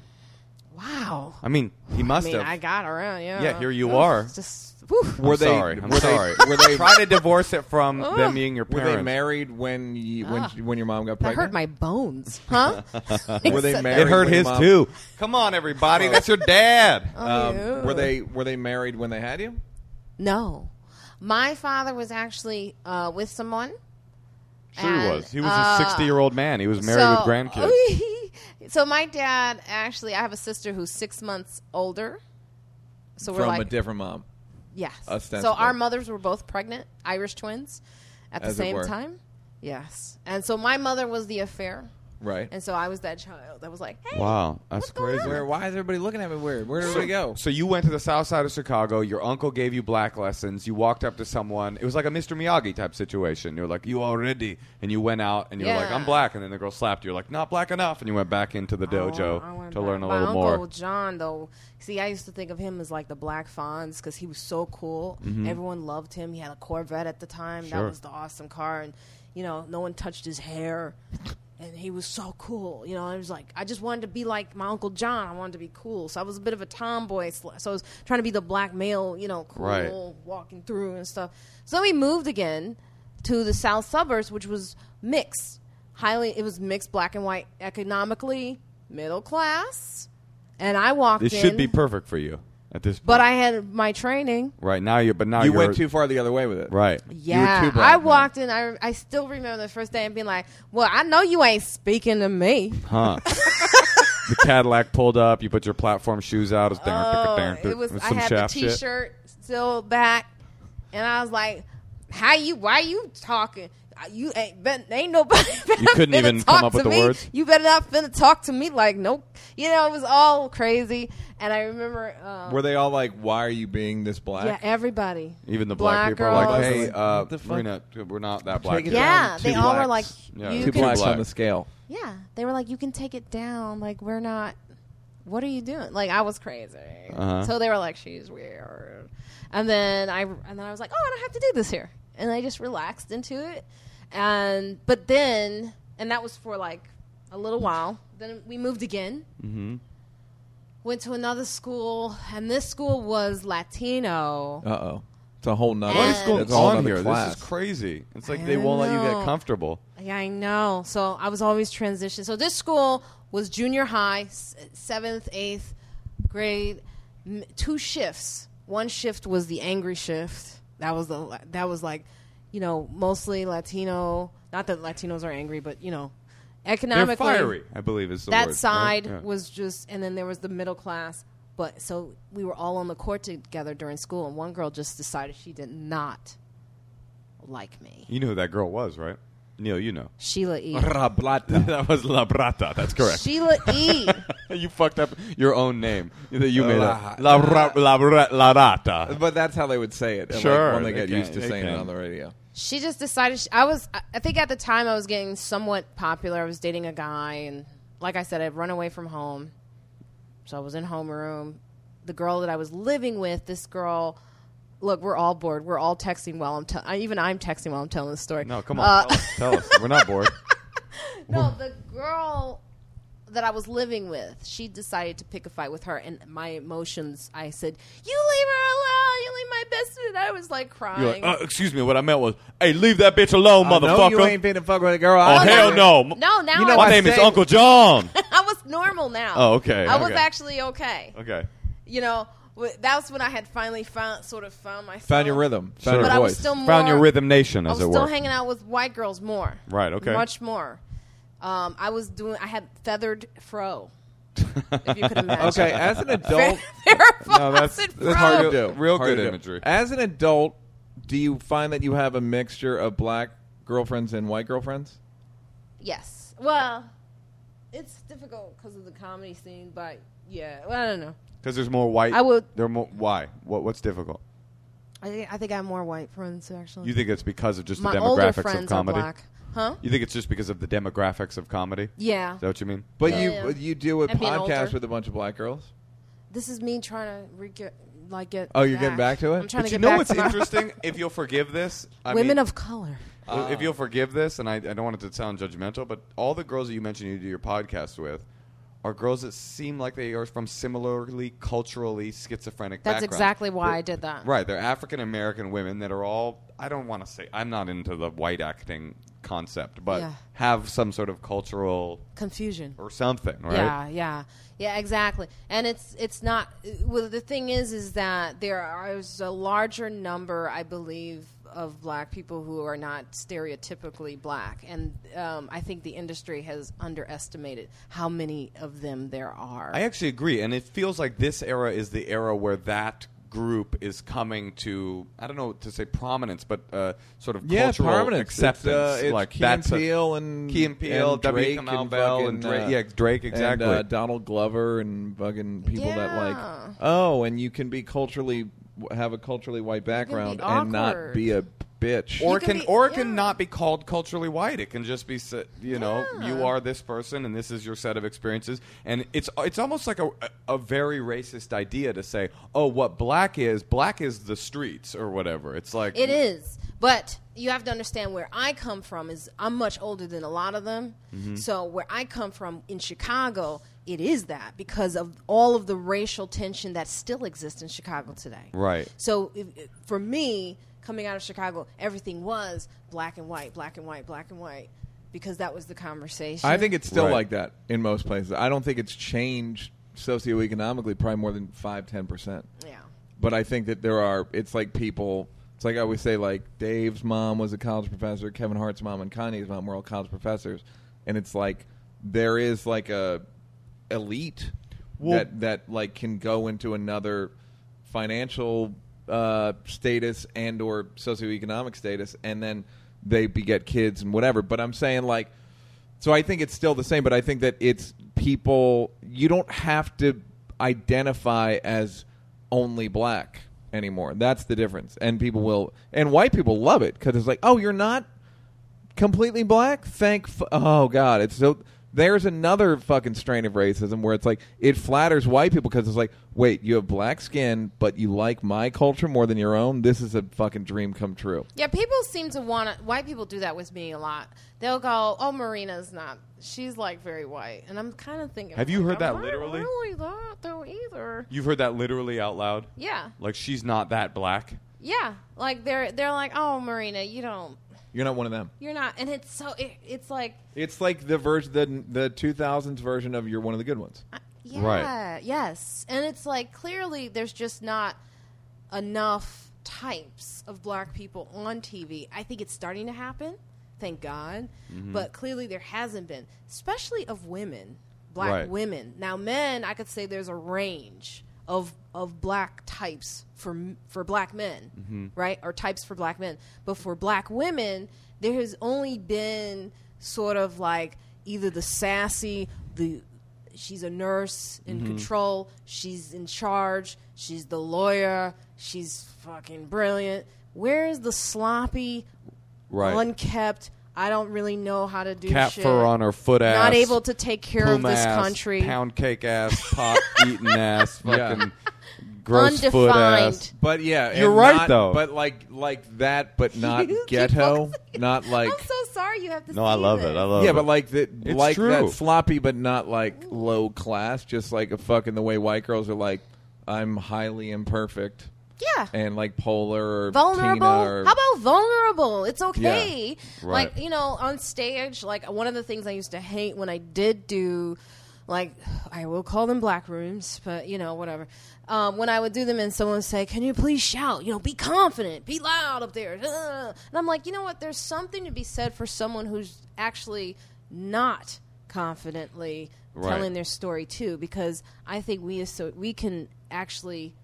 D: Wow.
B: I mean, he
D: I
B: must
D: mean,
B: have.
D: I got around. Yeah.
B: Yeah, here you
D: It
B: are.
D: was Just whew.
B: I'm
A: Were they-
B: sorry. I'm
A: were they-
B: sorry.
A: were
B: *laughs*
A: they-
B: Try to divorce it from them being your
A: Were
B: parents.
A: they married when you, when
D: Ah.
A: she- when your mom got
D: That
A: pregnant?
D: hurt
B: *laughs*
D: my bones, huh?
A: Were they
D: *laughs* Except-
A: married?
B: It hurt
A: when your
B: his
A: mom-
B: too. Come on,
D: Oh.
B: everybody. That's your dad.
A: Um,
D: Ew.
A: were they were they married when they had you?
D: No, my father was actually uh, with someone.
B: Sure
D: And,
B: was. He was
D: uh,
B: a 60 year old man. He was married with grandkids.
D: *laughs* so my dad actually, I have a sister who's six months older. So we're
A: From
D: like
A: a different mom.
D: Yes. So
A: Ostensibly.
D: our mothers were both pregnant, Irish twins, at the
A: As it
D: same
A: were.
D: time. Yes. And so my mother was the affair,
A: Right.
D: and so I was that child that was like, hey,
B: Wow, that's
D: going
B: crazy.
A: Where, why is everybody looking at me weird? Where did everybody go?
B: *clears throat* So you went to the south side of Chicago. Your uncle gave you black lessons. You walked up to someone. It was like a Mr. Miyagi type situation. You're like, you already. And you went out and you're like,
D: Yeah.
B: I'm black. And then the girl slapped you. You're like, not black enough. And you went back into the
D: I want-
B: dojo
D: Oh, I want
B: to learn a
D: my
B: little
D: uncle
B: more.
D: John, though, see, I used to think of him as like the Black Fonz because he was so cool. Everyone loved him. He had a Corvette at the time.
B: Mm-hmm. Sure.
D: That was the awesome car, and you know, no one touched his hair, and he was so cool. You know, I was like, I just wanted to be like my uncle John. I wanted to be cool, so I was a bit of a tomboy. sl- So I was trying to be the black male, you know, cool,
B: Right.
D: walking through and stuff. So then we moved again to the south suburbs, which was mixed, highly. It was mixed black and white, economically middle class, and I walked.
B: It
D: in,
B: should be perfect for you at this point.
D: But I had my training.
B: right now you're. But now
A: You
B: are
A: went too far the other way with it.
B: *laughs*
D: *laughs*
B: Right.
D: Yeah,
A: too black
D: I
A: then.
D: walked in. I, I still remember the first day and being like, "Well, I know you ain't speaking to me."
B: Huh. the Cadillac pulled up. You put your platform shoes out. It was,
D: Oh, it was.
B: with
D: I
B: some
D: had the
B: shaft shit.
D: T-shirt still back, and I was like, "How you? Why you talking? Uh, You ain't been, ain't nobody. *laughs* better
B: couldn't
D: finna
B: even
D: talk
B: come up with
D: to
B: the
D: me.
B: words?
D: You better not finna talk to me like no. You know, it was all crazy. And I remember, uh,
A: Were they all like, "Why are you being this black?"
D: yeah, everybody,
B: Even the black, people
D: girls.
B: are like, hey, uh,
A: What the fuck?
B: Marina, we're not that black.
A: Take it
B: yet."
A: down.
D: yeah,
A: Two
D: they all were
A: blacks.
D: like,
B: Yeah,
D: you
A: Two
D: can,
A: blacks
B: black.
A: on the scale.
D: yeah, they were like, you can take it down. Like we're not. What are you doing? Like I was crazy.
B: Uh-huh.
D: So they were like, she's weird. And then I and then I was like, oh, I don't have to do this here. And I just relaxed into it. And but then and that was for like a little while. Then we moved again. Mm-hmm. Went to another school, and this school was Latino.
A: Uh oh. It's a whole nother.
D: What
B: What
D: is
B: is
D: going
A: that's
B: going
A: a whole
B: on
A: nother
B: here?
A: Class.
B: This is crazy. It's like
D: I
B: they won't let you get
D: know.
B: comfortable.
D: Yeah, I know. So I was always transitioned. So this school was junior high, s- seventh, eighth grade, m- two shifts. One shift was the angry shift. That was the that was like, you know, mostly Latino. Not that Latinos are angry, but you know,
B: They're
D: economically
B: fiery, I believe is the
D: that
B: word, right?
D: side
B: Yeah.
D: was just and then there was the middle class but so we were all on the court together during school and one girl just decided she did not like me
B: You knew who that girl was, right? Neil, you
A: *laughs*
B: know. *laughs*
D: sheila e
A: Rablata.
B: that was La Brata. That's correct.
D: sheila e
B: *laughs* you fucked up your own name that you made up.
A: La-
B: La Ra- La Ra- La Rata.
A: But that's how they would say it. like,
B: Sure,
A: when they,
B: they
A: get
B: can,
A: used to
B: they
A: saying it
B: can.
A: on the radio.
D: she just decided she, i was I- i think at the time i was getting somewhat popular i was dating a guy and like i said i'd run away from home so i was in homeroom the girl that i was living with this girl look we're all bored we're all texting while i'm te- I, even i'm texting while i'm telling the story
B: No, come
C: Uh,
B: on. tell, us, tell us. We're not
C: *laughs*
B: bored.
D: No, the girl that I was living with, she decided to pick a fight with her, and my emotions, I said, "You leave her alone. You leave my
C: this, and I was like
B: You're
C: crying.
B: like, "Uh, excuse me, what I meant was, hey, leave that bitch alone,
A: I know
B: motherfucker.
A: you ain't finna fuck with a girl.
B: oh,
A: I-
B: hell no.
C: no, now
A: You know
C: I,
B: My
A: I
C: was,
B: name is
A: say-
B: Uncle
A: *laughs*
B: John.
C: *laughs* I was normal now.
B: Oh, okay,
C: I was
B: okay.
C: actually okay.
B: okay.
C: You know, wh- that's when I had finally found, sort of found myself.
A: Found your rhythm. Found
B: Sure.
A: your
C: But I was
A: voice.
C: still more.
B: Found your rhythm nation,
C: I
B: as
C: was
B: it
C: still
B: were.
C: hanging out with white girls more.
B: Right, okay.
C: Much more. Um, I was doing. I had feathered fro. if
B: *laughs*
C: you could imagine.
A: okay,
C: *laughs*
A: as an adult,
C: no,
B: that's- that's
A: hard to
B: Real-
A: do.
B: real
A: Hard
B: good
A: to do.
B: imagery.
A: As an adult, do you find that you have a mixture of black girlfriends and white girlfriends?
C: Yes. Well, it's difficult because of the comedy scene, but yeah. Well, I don't know.
B: Because there's more white.
C: I would-
B: There are more, why? What, what's difficult?
C: I think I think I have more white friends actually.
B: You think it's because of just
C: My
B: the
C: older
B: demographics of
C: friends
B: comedy?
C: are black, huh?
B: You think it's just because of the demographics of comedy?
C: Yeah.
B: Is that what you mean?
A: But
C: Yeah.
A: you
C: Yeah.
A: but you do a
C: And being
A: podcast
C: older.
A: with a bunch of black girls.
D: This is me trying to re- get, like get.
A: Oh, you're getting back to it?
D: I'm trying
A: But
D: to
B: you
D: get
B: know
D: back
B: what's
D: to my- *laughs*
B: interesting? if you'll forgive this, I
D: women
B: mean,
D: of color.
B: Uh, if you'll forgive this, and I, I don't want it to sound judgmental, but all the girls that you mentioned you do your podcast with are girls that seem like they are from similarly culturally schizophrenic
D: That's
B: backgrounds.
D: exactly why I did that.
B: Right. They're African American women that are all, I don't want to say, I'm not into the white acting concept, but
D: Yeah.
B: have some sort of cultural
D: Confusion.
B: or something, right?
D: Yeah, yeah, yeah, exactly. And it's it's not. Well, the thing is, is that there are- is a larger number, I believe, of black people who are not stereotypically black, and um, I think the industry has underestimated how many of them there are.
B: I actually agree, and it feels like this era is the era where that group is coming to I don't know to say prominence, but uh, sort of cultural
A: prominence. It's,
B: acceptance.
A: uh, it's
B: like
A: Key
B: that's
A: and
B: a-
A: Peele and
B: Key and Peele,
A: and
B: W.
A: Drake
B: Kamau
A: and
B: Bell, and
A: fucking, uh,
B: Drake- yeah, Drake, exactly.
A: And, uh, Donald Glover and fucking people that
C: Yeah.
A: like oh, and you can be culturally have a culturally white background and not
C: awkward.
A: be a bitch.
B: or
C: You can
B: it can,
C: be-
B: or it
C: yeah.
B: can not be called culturally white. It can just be sa- you know
C: Yeah.
B: you are this person and this is your set of experiences. And it's it's almost like a a very racist idea to say oh what black is black is the streets or whatever. It's like
D: It is. But you have to understand where I come from is I'm much older than a lot of them.
A: Mm-hmm.
D: So where I come from in Chicago, it is that because of all of the racial tension that still exists in Chicago today.
B: Right.
D: So if, if- for me, coming out of Chicago, everything was black and white, black and white, black and white because that was the conversation.
A: I think it's still
B: Right.
A: like that in most places. I don't think it's changed socioeconomically probably more than five ten percent.
D: yeah.
A: but I think that there are. It's like people. It's like I always say. Like Dave's mom was a college professor. Kevin Hart's mom and Kanye's mom were all college professors, and it's like there is like a elite
B: Well-
A: that that like can go into another financial uh, status and or socioeconomic status, and then they beget kids and whatever. But I'm saying like. So I think it's still the same, but I think that it's people. You don't have to identify as only black anymore. That's the difference, and people will, and white people love it because it's like, oh, you're not completely black. Thank, f- oh god, it's so. There's another fucking strain of racism where it's like it flatters white people because it's like, wait, you have black skin, but you like my culture more than your own. This is a fucking dream come true.
D: Yeah, people seem to want to. White people do that with me a lot. They'll go, "Oh, Marina's not. She's like very white," and I'm kind of thinking,
B: Have you heard
D: like,
B: that
D: "Am I
B: literally?"
D: Really not though either.
B: You've heard that literally out loud?
D: Yeah,
B: Like she's not that black.
D: yeah. Like they're they're like, "Oh, Marina, you don't.
A: You're not one of them.
D: You're not." And it's so it, it's like,
A: It's like the version, the the 2000s version of you're one of the good ones.
D: yeah, yes, and it's like clearly there's just not enough types of black people on TV. I think it's starting to happen. Thank God.
B: Mm-hmm.
D: But clearly there hasn't been, especially of women, black
B: Right.
D: women. Now men, I could say there's a range of of black types for m- for black men,
B: Mm-hmm.
D: right? Or types for black men. But for black women, there has only been sort of like either the sassy, the she's a nurse in
B: Mm-hmm.
D: control, she's in charge, she's the lawyer, she's fucking brilliant. Where is the sloppy,
B: Right.
D: unkept, I don't really know how to do
B: Cat
D: shit.
B: fur on her foot ass.
D: not able to take care of
B: plume
D: this
B: ass,
D: country.
B: Pound cake ass,
D: *laughs*
B: pop eating ass,
A: Yeah.
B: fucking gross foot ass.
D: Undefined.
A: But yeah, and
B: You're right,
A: not-
B: though.
A: But like like that,
D: *laughs*
A: but not
D: You keep
A: ghetto, *laughs*
D: focusing-
A: not like
D: I'm so sorry you have to.
B: No, I
D: see
B: love
D: this.
B: it. I love
A: yeah,
B: it.
A: but like that,
B: It's
A: like
B: true.
A: that sloppy, but not like low class. Just like a fucking the way white girls are like, I'm highly imperfect.
D: Yeah.
A: and like Polar or
D: vulnerable.
A: Tina or
D: How about vulnerable? It's okay.
B: Yeah, right.
D: Like you know, on stage, like one of the things I used to hate when I did do, like I will call them black rooms, but you know whatever. Um, when I would do them, and someone would say, "Can you please shout? You know, be confident, be loud up there." Uh, And I'm like, you know what? There's something to be said for someone who's actually not confidently
B: Right.
D: telling their story too, because I think we so we can actually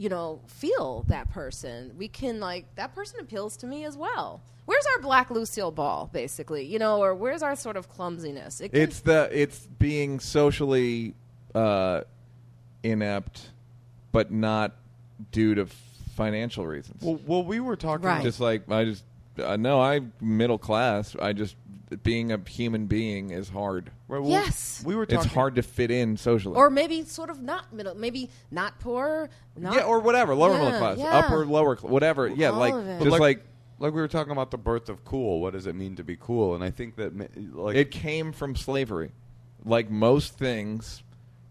D: you know, feel that person. We can like that person appeals to me as well. Where's our black Lucille Ball, basically? You know, or where's our sort of clumsiness? It can-
A: It's the it's being socially uh, inept, but not due to financial reasons.
B: Well, well, we were talking.
D: Right.
A: just like I just uh, no, I'm middle class. I just being a human being is hard.
B: right, well,
D: Yes.
B: we were talking.
A: It's hard to fit in socially,
D: or maybe sort of not middle, maybe not poor, not
A: yeah, or whatever, lower
D: Yeah,
A: middle class,
D: yeah.
A: upper lower, cl- whatever. Yeah,
D: All
A: like
D: of it.
A: just like,
B: like, like we were talking about the birth of cool. What does it mean to be cool? And I think that ma- like
A: it came from slavery, like most things.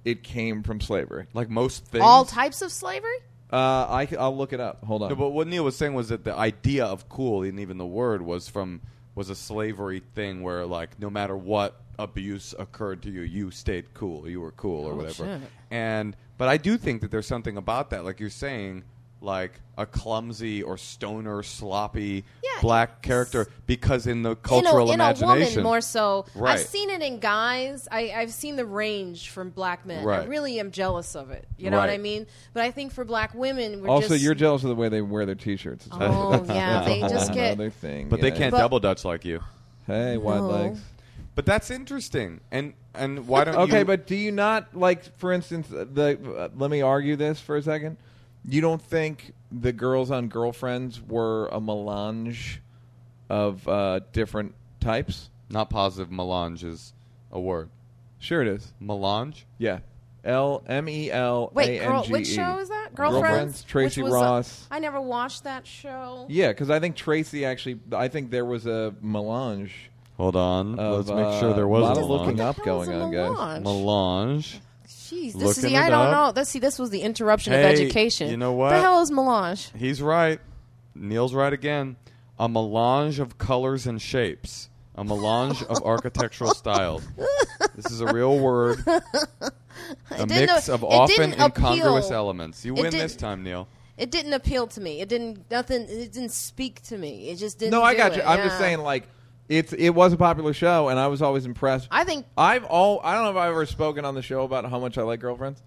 A: It came from slavery.
B: like most things.
D: all types of slavery.
A: Uh, I c- I'll look it up. Hold on.
B: No, but what Neil was saying was that the idea of cool and even the word was from was a slavery thing where like no matter what abuse occurred to you, you stayed cool, you were cool
D: Oh,
B: or whatever. And but I do think that there's something about that, like you're saying, like a clumsy or stoner, sloppy
D: Yeah,
B: black
D: it's-
B: character, because in the
D: In a-
B: cultural
D: in a,
B: imagination,
D: woman more so.
B: Right.
D: I've seen it in guys. I, I've seen the range from black men. I
B: Right.
D: really am jealous of it. You know what
B: Right.
D: I mean? But I think for black women, we're
A: also,
D: just,
A: you're jealous of the way they wear their T-shirts. It's like-
D: oh yeah,
A: *laughs* that's a
D: they
A: whole
D: just get
A: other thing.
B: but they
A: yeah.
B: can't
D: But-
B: double dutch like you.
A: Hey, wide
D: No.
A: legs.
B: But that's interesting. And and
D: *laughs*
B: why don't
A: Okay,
B: you,
A: but do you not like, for instance, the? Uh, let me argue this for a second. You don't think the girls on Girlfriends were a melange of uh, different types?
B: not positive melange is a word.
A: Sure, it is.
B: Melange?
A: Yeah, L M E L A N G E.
D: Wait, girl, which show is that? Girlfriends.
A: Girlfriends, Tracy
D: Which was a-
A: Ross.
D: I never watched that show.
A: Yeah, because I think Tracy actually. I think there was a melange.
B: Hold on.
A: Of,
B: Let's make sure
A: uh,
B: there was
A: lot
B: a
A: of
B: melange.
A: looking
D: What
A: up
D: the hell
A: going
D: is a
A: on, guys.
D: melange?
B: Melange.
D: Jeez, this is
B: Looking
D: the, I
B: it
D: don't
B: up.
D: know. This see, this was the interruption
B: Hey,
D: of education.
B: you know
D: What the
B: what?
D: hell is melange?
B: He's right. Neil's right again. A melange of colors and shapes. A melange
D: *laughs*
B: of architectural styles. This is a real word. A
D: didn't
B: mix
D: know-
B: of
D: it
B: often
D: didn't
B: incongruous
D: appeal.
B: elements. You
D: It
B: win
D: didn't-
B: this time, Neil.
D: It didn't appeal to me. It didn't nothing. It didn't speak to me. It just didn't.
A: No, I
D: do
A: got you.
D: it.
A: I'm just
D: Yeah.
A: saying, like, it's it was a popular show, and I was always impressed.
D: I think-
A: I've all I don't know if I've ever spoken on the show about how much I like girlfriends.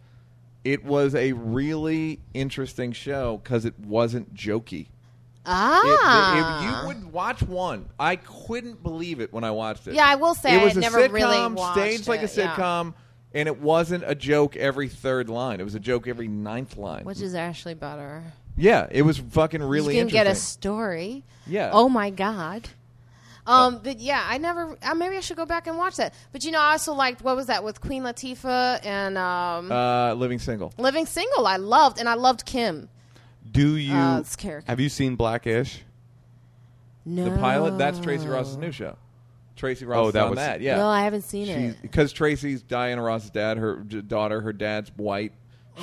A: It was a really interesting show because it wasn't jokey. It-
D: ah,
A: it- it- you would watch one. I couldn't believe it when I watched it.
D: Yeah, I will say
A: it
D: I
A: was
D: had
A: a
D: never
A: sitcom,
D: really watched
A: staged like a
D: it, yeah.
A: sitcom, and it wasn't a joke every third line. It was a joke every ninth line.
D: which is actually better.
A: yeah, it was fucking really
D: you can
A: interesting.
D: get a story.
A: Yeah.
D: Oh my god. Um, but yeah, I never. Uh, maybe I should go back and watch that. But you know, I also liked what was that with Queen Latifah and um,
A: uh, living single.
D: Living Single. I loved, and I loved Kim.
B: Do you
D: Uh, it's character.
B: have you seen Blackish?
D: No,
A: The pilot, that's Tracy Ross's
D: Oh.
A: new show. Tracy Ross
B: Oh,
A: is
B: that
A: on
B: was-
A: that. Yeah.
D: No, I haven't seen it.
A: Because Tracy's Diana Ross's dad, her d- daughter, her dad's white.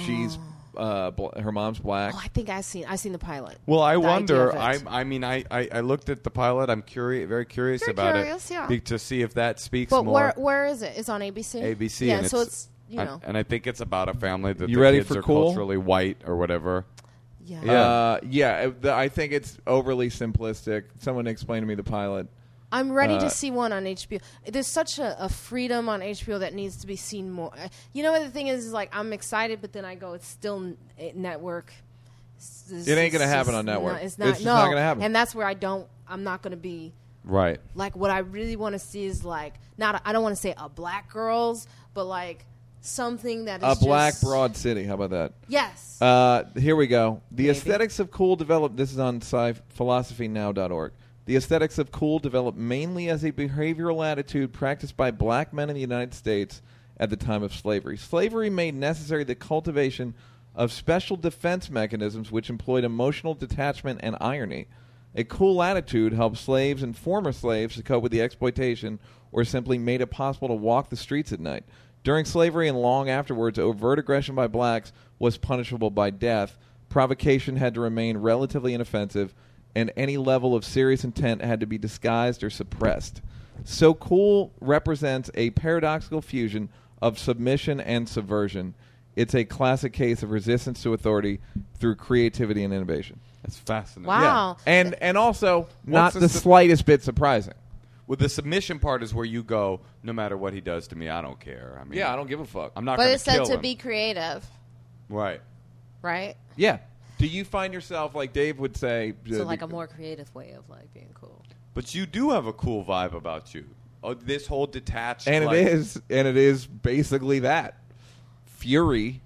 A: She's uh, bl- her mom's black.
D: Oh, I think I seen. I seen the pilot.
B: Well, I
D: The idea
B: wonder.
D: of it.
B: I, I mean, I, I, I looked at the pilot. I'm curious, very curious
D: You're
B: about
D: curious,
B: it
D: yeah.
B: be- to see if that speaks
D: but
B: more.
D: where where is it? It's on ABC.
B: ABC.
D: Yeah,
B: and
D: so it's, you
B: I-
D: know.
B: and I think it's about a family that
A: You
B: the
A: ready
B: kids
A: for
B: are
A: cool?
B: culturally white or whatever.
D: Oh, yeah.
B: yeah.
A: Uh, yeah, it- the- I think it's overly simplistic. Someone explained to me the pilot.
D: I'm ready
A: Uh,
D: to see one on HBO. There's such a, a freedom on HBO that needs to be seen more. I- You know what the thing is? Is like I'm excited, but then I go, it's still n- eh, network. It's- it's-
A: It ain't gonna
D: it's
A: happen
D: just
A: on network.
D: not- it's
A: It's
D: not.
A: just
D: no,
A: not gonna happen.
D: And that's where I don't. I'm not going to be
B: Right.
D: like what I really want to see is like not. I I don't want to say a black girls, but like something that is
A: a black
D: just-
A: broad city. How about that?
D: Yes.
A: Uh, here we go. The aesthetics of cool develop. This is on sci- philosophynow.org. The aesthetics of cool developed mainly as a behavioral attitude practiced by black men in the United States at the time of slavery. Slavery made necessary the cultivation of special defense mechanisms which employed emotional detachment and irony. A cool attitude helped slaves and former slaves to cope with the exploitation or simply made it possible to walk the streets at night. During slavery and long afterwards, overt aggression by blacks was punishable by death, provocation had to remain relatively inoffensive, and any level of serious intent had to be disguised or suppressed. So cool represents a paradoxical fusion of submission and subversion. It's a classic case of resistance to authority through creativity and innovation.
B: That's fascinating.
I: Wow. Yeah.
A: And and also not
B: the
A: the
B: sub-
A: slightest bit surprising.
B: Well, the submission part is where you go. No matter what he does to me, I don't care. I mean,
A: Yeah, I don't give a fuck.
B: I'm not.
D: But
B: gonna
D: it's said
B: kill
D: to
B: him.
D: be creative,
B: right.
D: right?
A: yeah. Do you find yourself like Dave would say
I: So like a more creative way of like being cool.
B: But you do have a cool vibe about you. Oh, this whole detached
A: and
B: like,
A: it is and it is basically that fury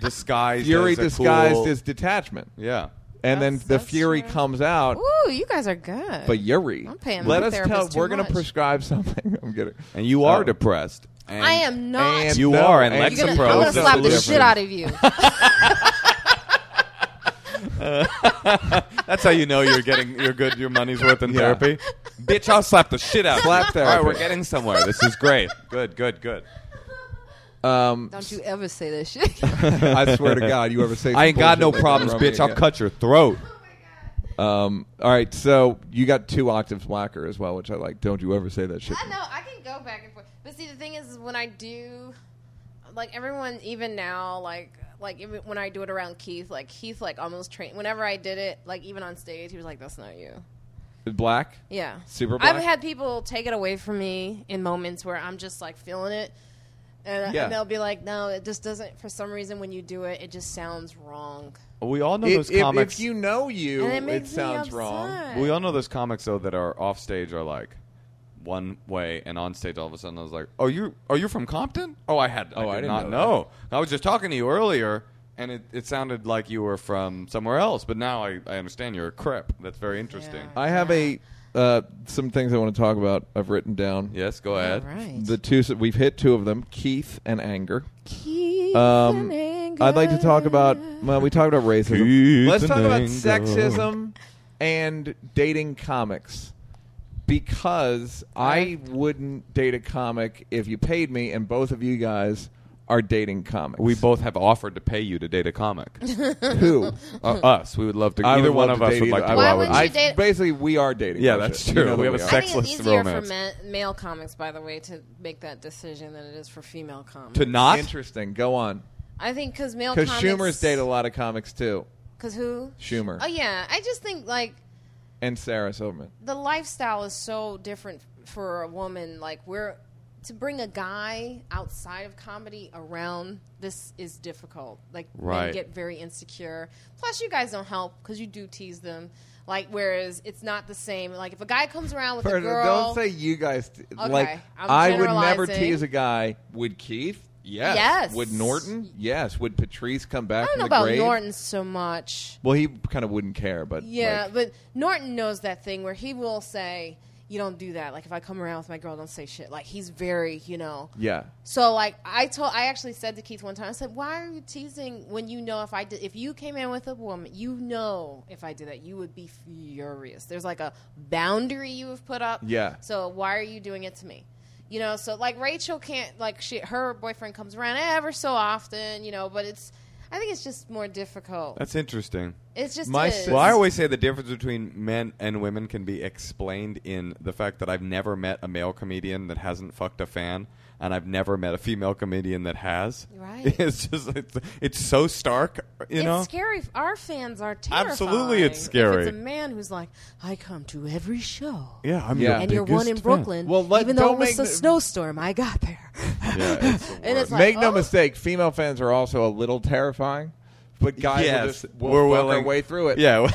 B: disguised.
A: fury
B: as a
A: disguised
B: cool-
A: as detachment
B: yeah.
A: and then
D: That's-
A: the
D: that's
A: fury
D: true.
A: comes out
D: Ooh, you guys are good.
A: but yuri
D: I'm paying
A: let
D: my
A: us tell
D: therapist too
A: we're gonna
D: much.
A: prescribe something *laughs* i'm kidding
B: And you are
A: Oh.
B: depressed. And
D: I am not.
A: and
B: You
A: no,
B: are, and
A: and
D: You're gonna,
B: Lexapro
D: I'm
B: is
D: gonna
B: the
D: slap the
B: solution.
D: shit out of you.
B: That's how you know you're getting you're good your money's worth in
A: Yeah.
B: therapy. Bitch, I'll slap the shit out. of you.
A: Slap
B: All right,
A: therapy.
B: we're getting somewhere. This is great. Good, good, good.
A: um,
J: Don't you ever say that
D: *laughs*
J: shit.
A: i swear to god you ever say some
B: I ain't got no
A: bullshit like that,
B: problems,
A: Romy,
B: bitch. I'll
A: yeah.
B: cut your throat.
A: um, all right so you got two octaves blacker as well which i like don't you ever say that shit
D: I know I can go back and forth, but see, the thing is, is when I do, like everyone, even now, like like even when I do it around Keith, like Keith, like almost trained. Whenever I did it, like even on stage, he was like, "That's not you."
A: black
D: Yeah,
A: Super
D: I've
A: black?
D: had people take it away from me in moments where I'm just like feeling it. And,
A: Yeah.
D: and they'll be like, no, it just doesn't. For some reason, when you do it, it just sounds wrong.
B: We all know
A: if,
B: those
A: if-
B: comics.
A: if you know you
D: And it
A: it,
D: makes me
A: sounds wrong
D: upset.
B: we all know those comics though that are off stage are like one way and on stage all of a sudden I was like, "Oh, you are you from Compton?" Oh, I had
A: Oh,
B: I
A: I
B: did
A: didn't
B: not
A: know
B: know. I was just talking to you earlier and it, it sounded like you were from somewhere else, but now I, I understand you're a crip. That's very interesting.
D: Yeah.
A: i have a uh, some things i want to talk about i've written down
B: Yes, go ahead.
A: The two we've hit two of them, Keith and anger.
D: Keith
A: Um,
D: and anger.
A: I'd like to talk about. Well, we talked about racism.
B: Keith
A: Let's
B: and
A: talk about
B: anger.
A: sexism and dating comics because I wouldn't date a comic if you paid me, and both of you guys are dating comics.
B: We both have offered to pay you to date a
D: *laughs*
B: comic. *laughs*
A: who
B: uh, us, we would love to.
A: I
B: either
A: would
B: one
A: love
B: of
A: to
B: us
A: date
B: would
A: either-
B: like to.
A: I
D: Why
B: I
D: wouldn't
B: would-
A: I
D: you date-
A: basically we are dating.
B: Yeah,
A: bullshit.
B: that's
A: You
B: true.
A: know that
B: We have a
D: I
A: are.
B: sex-
D: think it's
B: sexless
D: easier
B: romance.
D: for men, male comics, by the way, to make that decision than it is for female comics.
B: to not.
A: Interesting. Go on.
D: I think because male
A: Because
D: comics.
A: Schumer's date a lot of comics too,
D: *laughs* Because who?
A: Schumer.
D: Oh yeah, I just think like
A: and Sarah Silverman.
D: the lifestyle is so different for a woman. Like we're to bring a guy outside of comedy around this is difficult. Like
B: Right.
D: men get very insecure. Plus, you guys don't help because you do tease them. Like whereas it's not the same. Like if a guy comes around with a
A: Fernando,
D: girl,
A: don't say you guys. T-
D: Okay,
A: like
D: I'm
A: i would never
D: generalizing.
A: tease a guy. Would Keith? Yes.
D: Yes.
A: Would Norton? Yes. Would Patrice come
D: I
A: back
D: don't
A: from
D: know
A: the
D: about
A: grave?
D: Norton so much.
A: Well, he kind of wouldn't care, but
D: Yeah,
A: like,
D: but Norton knows that thing where he will say, "You don't do that." Like if I come around with my girl, don't say shit. Like he's very, you know.
A: yeah,
D: So like I told, I actually said to Keith one time, I said, "Why are you teasing when you know if I did, if you came in with a woman, you know if I did that, you would be furious. There's like a boundary you have put up.
A: Yeah.
D: So why are you doing it to me? You know. So like Rachel can't like she her boyfriend comes around ever so often, you know. But it's I think it's just more difficult.
B: That's interesting.
D: It's just
A: My
D: is.
A: sis-
B: Well, I always say the difference between men and women can be explained in the fact that I've never met a male comedian that hasn't fucked a fan, and I've never met a female comedian that has. *laughs*
D: Right.
B: It's just it's, it's so stark, you
D: it's
B: know.
D: scary. Our fans are terrified.
B: Absolutely it's
D: If
B: scary.
D: it's a man who's like, I come to every show.
B: Yeah, I'm
A: Yeah.
B: your
D: And you're one in
B: biggest fan.
D: Brooklyn.
A: Well, let-
D: even though
A: don't
D: it was
A: make
D: a
A: the-
D: snowstorm, I got
B: *laughs*
D: there. *laughs*
B: Yeah, it's the
D: And it's
B: worst.
D: like-
A: make no
D: oh.
A: mistake, female fans are also a little terrifying, but guys, will
B: yes,
A: just, will
B: we're
A: fuck
B: willing
A: our way through it.
B: Yeah,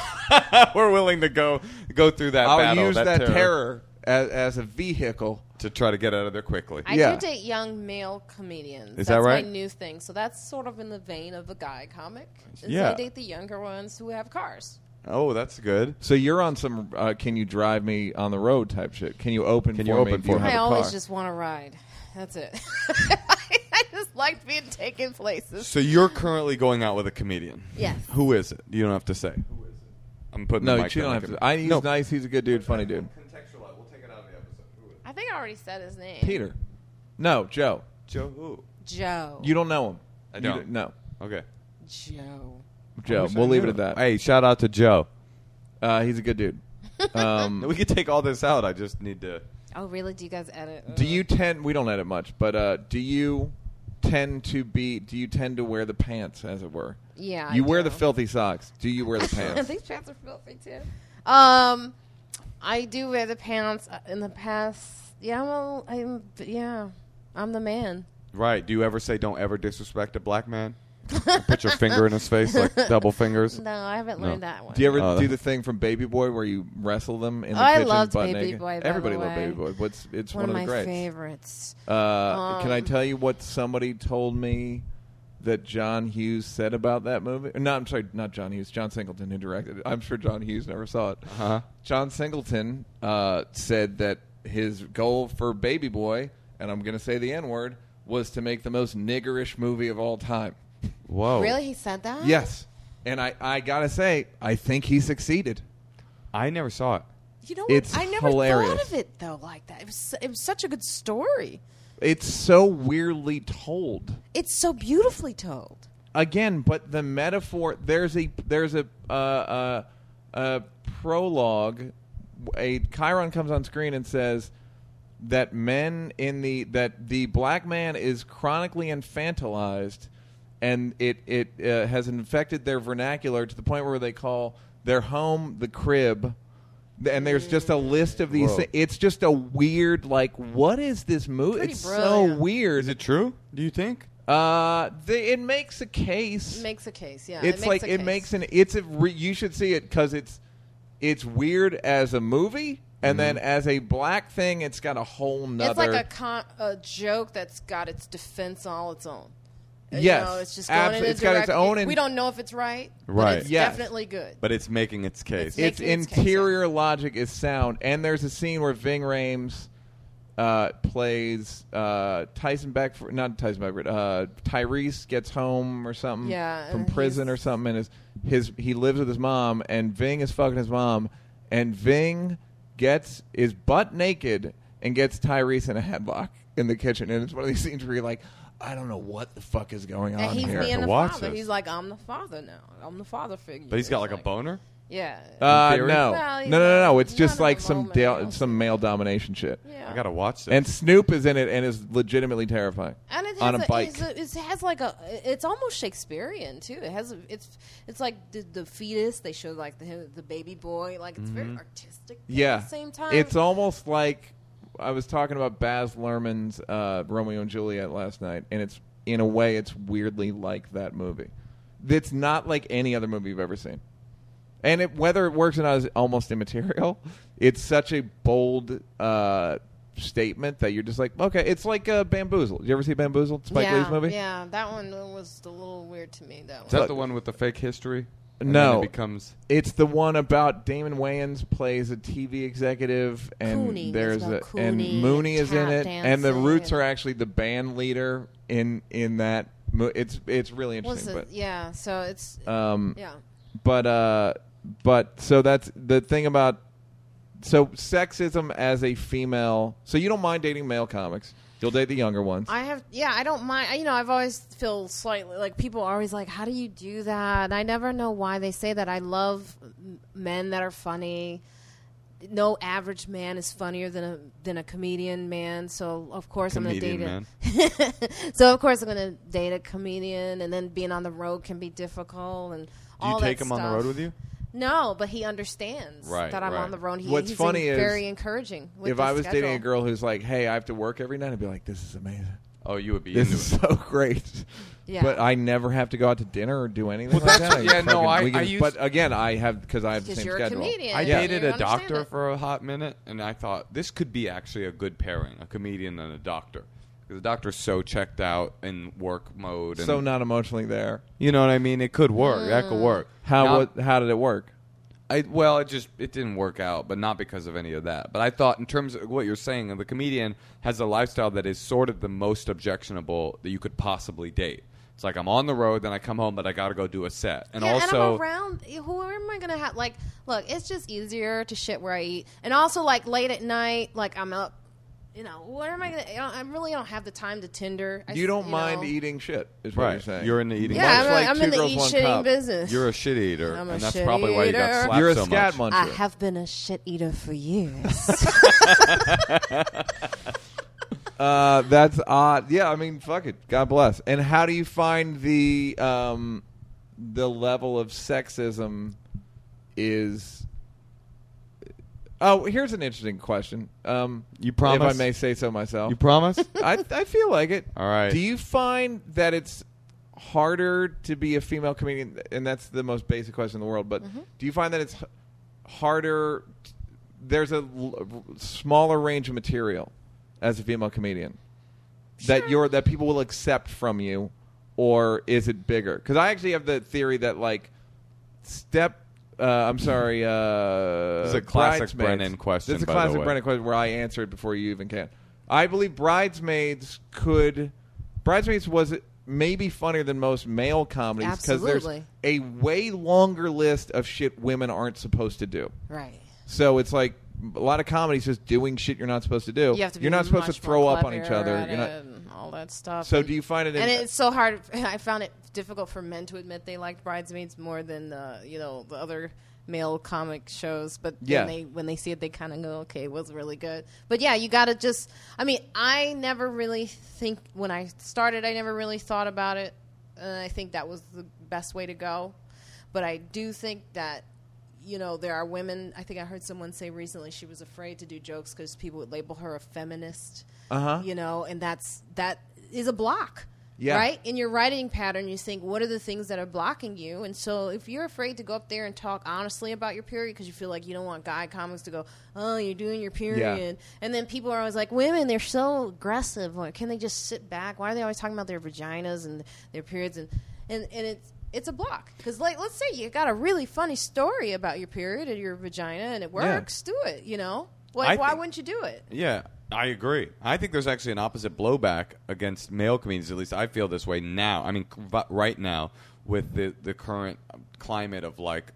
B: *laughs* we're willing to go go through that
A: I'll
B: battle,
A: use that, terror,
B: terror
A: as, as a vehicle.
B: to try to get out of there quickly.
D: I
A: Yeah.
D: do date young male comedians.
B: Is
D: that's
B: that right?
D: my new thing. So that's sort of in the vein of a guy comic. Is
B: Yeah.
D: I date the younger ones who have cars.
B: oh, that's good.
A: So you're on some uh, "Can you drive me on the road" type shit. Can you open
B: Can
A: for
B: you
A: me?
B: open
A: if you
B: for me?
A: have
D: I
A: a
D: always
A: car?
D: just want to ride. That's it. *laughs* I just like being taken places.
B: So you're currently going out with a comedian.
D: Yes.
B: Who is it? You don't have to say. Who is it? I'm putting the
A: no,
B: mic
A: you don't
B: down.
A: have to. I, he's
B: No.
A: nice. He's a good dude, funny dude.
B: Contextualize. We'll take it out of the episode. Who is it?
D: I think I already said his name.
A: Peter, no, Joe.
B: Joe who?
D: Joe.
A: You don't know him.
B: I
A: You
B: don't.
A: d- no.
B: Okay.
D: Joe.
A: Joe. We'll leave it at that.
B: Hey, shout out to Joe.
A: Uh, he's a good dude. Um,
B: We could take all this out. I just need to.
K: Oh, really? Do you guys edit?
A: do you tend? We don't edit much, but uh, do you tend to be? Do you tend to wear the pants, as it were?
D: Yeah, I
A: You wear
D: do.
A: the filthy socks. Do you
D: *laughs*
A: wear the pants?
D: These pants are filthy too. Um, I do wear the pants uh, in the past. Yeah, well, I'm yeah, I'm the man.
B: Right. Do you ever say don't ever disrespect a black
D: *laughs*
B: man? And Put your finger in his face like double fingers.
D: No, I haven't learned that one.
A: Do you ever
B: Oh,
A: do
B: that-
A: the thing from Baby Boy where you wrestle them in the
D: Oh, I
A: kitchen
D: loved
A: butt
D: Baby
A: naked?
D: Boy, by the
A: Everybody loved
D: way.
A: Baby Boy. What's it's
K: One,
A: one,
K: of my
A: the greats.
K: favorites.
A: Uh, can I tell you what somebody told me that John Hughes said about that movie? No, I'm sorry, not John Hughes. John Singleton, who directed it. I'm sure John Hughes never saw it.
B: Uh-huh.
A: John Singleton uh, said that his goal for Baby Boy, and I'm going to say the N word, was to make the most niggerish movie of all time.
B: Whoa.
D: Really, he said that?
A: Oh. Yes. And I, I got to say, I think he succeeded.
B: I never saw it.
D: You know, what?
A: It's
D: I never
A: hilarious.
D: thought of it though like that. It was su- it was such a good story.
A: It's so weirdly told.
K: It's so beautifully told.
A: again, but the metaphor there's a there's a uh, uh, a prologue. A Chiron comes on screen and says that men in the that the black man is chronically infantilized, and it it uh, has infected their vernacular to the point where they call their home the crib. And there's just a list of these.
B: Whoa.
A: thi- It's just a weird, like, what is this movie? It's so
D: brilliant.
A: weird.
B: Is it true? Do you think?
A: Uh, they, it makes a case.
D: It makes a case. Yeah,
A: it's
D: it
A: like
D: makes a
A: it
D: case.
A: makes an. It's a. Re, you should see it because it's it's weird as a movie, and then as a black thing, it's got a whole nother.
D: It's like a con- a joke that's got its defense all its own. You
A: Yes.
D: know, it's just going
A: Abso-
D: in a
A: it's got its
D: direct-
A: own in-
D: we don't know if it's right,
B: Right.
D: But it's
A: Yes.
D: definitely good.
B: But it's making its case.
D: It's-
A: its
D: making its case, yeah.
A: interior logic is sound, and there's a scene where Ving Rhames uh, plays uh, Tyson Beck, not Tyson Beckford. Uh, Tyrese gets home or something
D: Yeah,
A: from
D: and
A: prison
D: he's-
A: or something, and his his he lives with his mom, and Ving is fucking his mom, and Ving gets is butt naked and gets Tyrese in a headlock in the kitchen, and it's one of these scenes where you're like, I don't know what the fuck is going on
D: and he's
A: here.
D: being
B: to
D: the
B: watch
D: father.
B: this.
D: He's like, I'm the father now. I'm the father figure.
B: but he's got like
D: It's
B: a boner?
D: Yeah.
A: Uh, no.
B: theory?
D: Well,
A: no, no,
D: you
A: no,
D: know,
A: no. It's
D: not
A: just
D: in the
A: like some
D: moment, I
A: da-
D: don't
A: some male domination shit.
D: yeah.
B: I got to watch this.
A: And Snoop is in it and is legitimately terrifying
D: and it has
A: on a, bike.
D: it's a- it has like a. It's almost Shakespearean too. It has. A, it's. It's like the, the fetus. They show like the the baby boy. Like it's very artistic. but
A: Mm-hmm. yeah,
D: At the same time,
A: it's almost like I was talking about Baz Luhrmann's uh, Romeo and Juliet last night, and it's in a way it's weirdly like that movie. It's not like any other movie you've ever seen, and it, whether it works or not is almost immaterial. It's such a bold. Uh, Statement that you're just like okay, it's like uh, Bamboozled. You ever see Bamboozled? Spike
D: yeah,
A: Lee's movie.
D: Yeah, that one was a little weird to me. That
B: Is
D: one.
B: that the one with the fake history? And
A: No.
B: then it becomes.
A: It's the one about Damon Wayans plays a TV executive, and
K: Cooney. It's
A: there's a
K: about
A: and
K: Cooney
A: Mooney
K: and
A: is in
K: tap
A: it, and the
K: dancing
A: Roots
K: and-
A: are actually the band leader in in that. Mo- it's it's really
D: Was
A: interesting,
D: it? Yeah. So it's.
A: but um,
D: yeah.
A: but uh, but so that's the thing about so sexism as a female. So you don't mind dating male comics. You'll date the younger ones.
D: I have, yeah, I don't mind. I, you know, I've always feel slightly like people are always like, "How do you do that?" And I never know why they say that. I love m- men that are funny. No average man is funnier than a than a comedian man. So of course I'm
B: Comedian
D: gonna
B: man.
D: date a. *laughs* so of course I'm gonna date a comedian, and then being on the road can be difficult and.
B: Do you
D: all
B: take
D: that
B: him on the
D: stuff.
B: road with you?
D: No, but he understands
B: Right,
D: that I'm
B: right.
D: on the road. He,
A: What's
D: he's
A: funny is
D: very encouraging. With
A: if
D: the
A: I was dating a
D: schedule.
A: girl who's like, "Hey, I have to work every night," I'd be like, "This is amazing."
B: Oh, you would be
A: This
B: into
A: is
B: it.
A: so *laughs* great.
D: Yeah.
A: But I never have to go out to dinner or do anything like that. I
B: yeah, no,
A: fucking-
B: I-
A: we
B: I used-
A: but again, I have because I have the
D: 'Cause
A: same
D: you're a
A: schedule.
D: comedian.
B: I
D: Yeah.
B: dated
D: You
B: a
D: understand
B: doctor
D: it.
B: for a hot minute, and I thought this could be actually a good pairing: a comedian and a doctor. Because the doctor's so checked out in work mode, and
A: So not emotionally there.
B: you know what I mean. It could work. That
D: Mm.
B: could work.
A: How
B: Not-
A: what, how did it work?
B: I well, it just it didn't work out, but not because of any of that. But I thought, in terms of what you're saying, the comedian has a lifestyle that is sort of the most objectionable that you could possibly date. It's like I'm on the road, then I come home, but I got to go do a set, and
D: yeah,
B: also
D: and I'm around. Who am I gonna have? Like, look, it's just easier to shit where I eat, and also like late at night, like I'm up.
L: you know, where am I going to? I really don't have the time to Tinder. I
A: You
L: s-
A: don't mind
L: know.
A: eating shit, is what you're
B: Right.
A: saying.
B: You're in the eating.
L: Yeah,
A: Much
L: I'm, a-
A: like
L: I'm
A: Two
L: in the
A: Girls,
L: eat
A: One
L: shitting
A: Cup.
L: business.
B: You're a shit eater,
L: I'm a
B: and that's
L: shit
B: probably why you
L: eater.
B: got slapped
A: You're a
B: so
A: scat
B: much.
D: I
A: muncher.
D: have been a shit eater for years.
A: *laughs* Uh, that's odd. Yeah, I mean, fuck it. God bless. And how do you find the um, the level of sexism is? Oh, here's an interesting question. Um,
B: You promise?
A: if I may say so myself.
B: You promise?
A: I I feel like it.
B: All right.
A: Do you find that it's harder to be a female comedian? And that's the most basic question in the world. But do you find that it's h- harder? t- There's a l- smaller range of material as a female comedian that you're that people will accept from you, or is it bigger? Because I actually have the theory that like step. Uh, I'm sorry. Uh,
B: This is a classic
A: Bridesmaids.
B: Brennan question,
A: This is a
B: by the
A: classic
B: way.
A: Brennan question where I answered before you even can. I believe bridesmaids could. Bridesmaids was maybe funnier than most male comedies because there's
D: Absolutely.
A: a way longer list of shit women aren't supposed to do.
D: right.
A: So it's like a lot of comedies just doing shit you're not supposed to do.
L: You have to be
A: are not supposed to
L: much
A: throw
L: more
A: up on each
L: clever
A: other.
L: at
A: You're not-
L: it and all that stuff.
A: So
L: And-
A: do you find it? In,
L: and it's so hard. *laughs* I found it difficult for men to admit they liked bridesmaids more than uh, you know the other male comic shows. But
A: Yeah.
L: when they when they see it, they kind of go, "Okay, it was really good." But yeah, you gotta just. I mean, I never really think when I started, I never really thought about it, and I think that was the best way to go. But I do think that you know there are women. I think I heard someone say recently she was afraid to do jokes because people would label her a feminist.
A: Uh-huh.
L: You know, and that's that is a block.
A: Yeah.
L: Right? In your writing pattern, you think, what are the things that are blocking you? And so if you're afraid to go up there and talk honestly about your period because you feel like you don't want guy comics to go, oh, you're doing your period. And then people are always like, women, they're so aggressive. Why can they just sit back? Why are they always talking about their vaginas and their periods? And, and, and it's, it's a block because like let's say you got a really funny story about your period and your vagina and it works do it you know like
B: I
L: why
B: think-
L: wouldn't you do it
B: *laughs* Yeah, I agree. I think there's actually an opposite blowback against male comedians. At least I feel this way now. I mean, c- but right now with the the current climate of like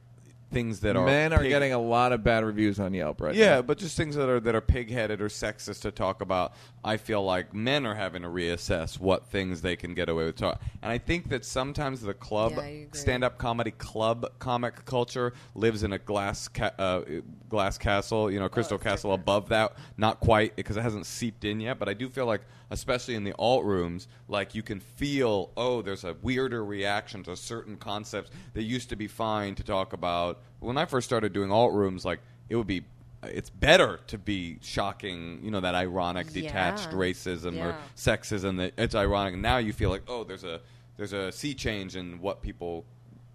B: things that are
A: men are
B: pig-
A: getting a lot of bad reviews on Yelp right
B: Yeah, but just things that are that are pig-headed or sexist to talk about. I feel like men are having to reassess what things they can get away with. Talk. And I think that sometimes the club
L: Yeah, I agree.
B: stand-up comedy club comic culture lives in a glass ca- uh, glass castle, you know,
L: Oh,
B: crystal castle above that. Not quite because it hasn't seeped in yet, but I do feel like especially in the alt rooms, like you can feel, oh, there's a weirder reaction to certain concepts that used to be fine to talk about. When I first started doing alt rooms, like it would be it's better to be shocking, you know, that ironic, detached racism or
L: Yeah.
B: sexism that it's ironic. And now you feel like, oh, there's a there's a sea change in what people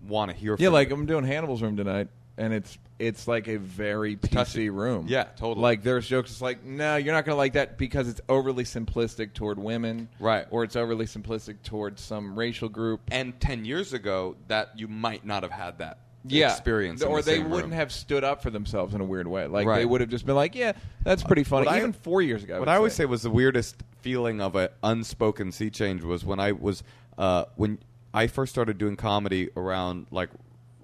B: want to hear.
A: Yeah,
B: from
A: like
B: you.
A: I'm doing Hannibal's room tonight, and it's it's like a very PC
B: Touchy.
A: room.
B: Yeah, totally.
A: Like there's jokes. It's like no, you're not gonna like that because it's overly simplistic toward women,
B: Right.
A: Or it's overly simplistic towards some racial group.
B: and ten years ago, that you might not have had that
A: yeah,
B: experience, in
A: or
B: the
A: they
B: same
A: wouldn't
B: room.
A: have stood up for themselves in a weird way. Like
B: Right.
A: they would have just been like, yeah, that's pretty funny.
B: What I-
A: Even four years ago,
B: what I always say was the weirdest feeling of an unspoken sea change was when I was uh, when I first started doing comedy around like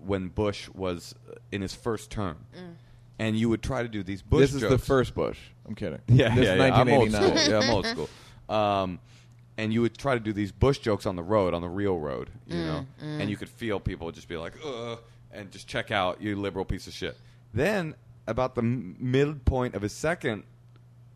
B: when Bush was uh, in his first term,
A: Mm.
B: and you would try to do these Bush.
A: this is the
B: jokes.
A: first Bush. I'm kidding.
B: Yeah,
A: this
B: yeah,
A: is
B: yeah. I'm old
A: 1989.
B: school. yeah, I'm old school. Um, and you would try to do these bush jokes on the road, on the real road, you know, and you could feel people just be like, "Ugh," and just check out you liberal piece of shit. Then about the m- midpoint of his second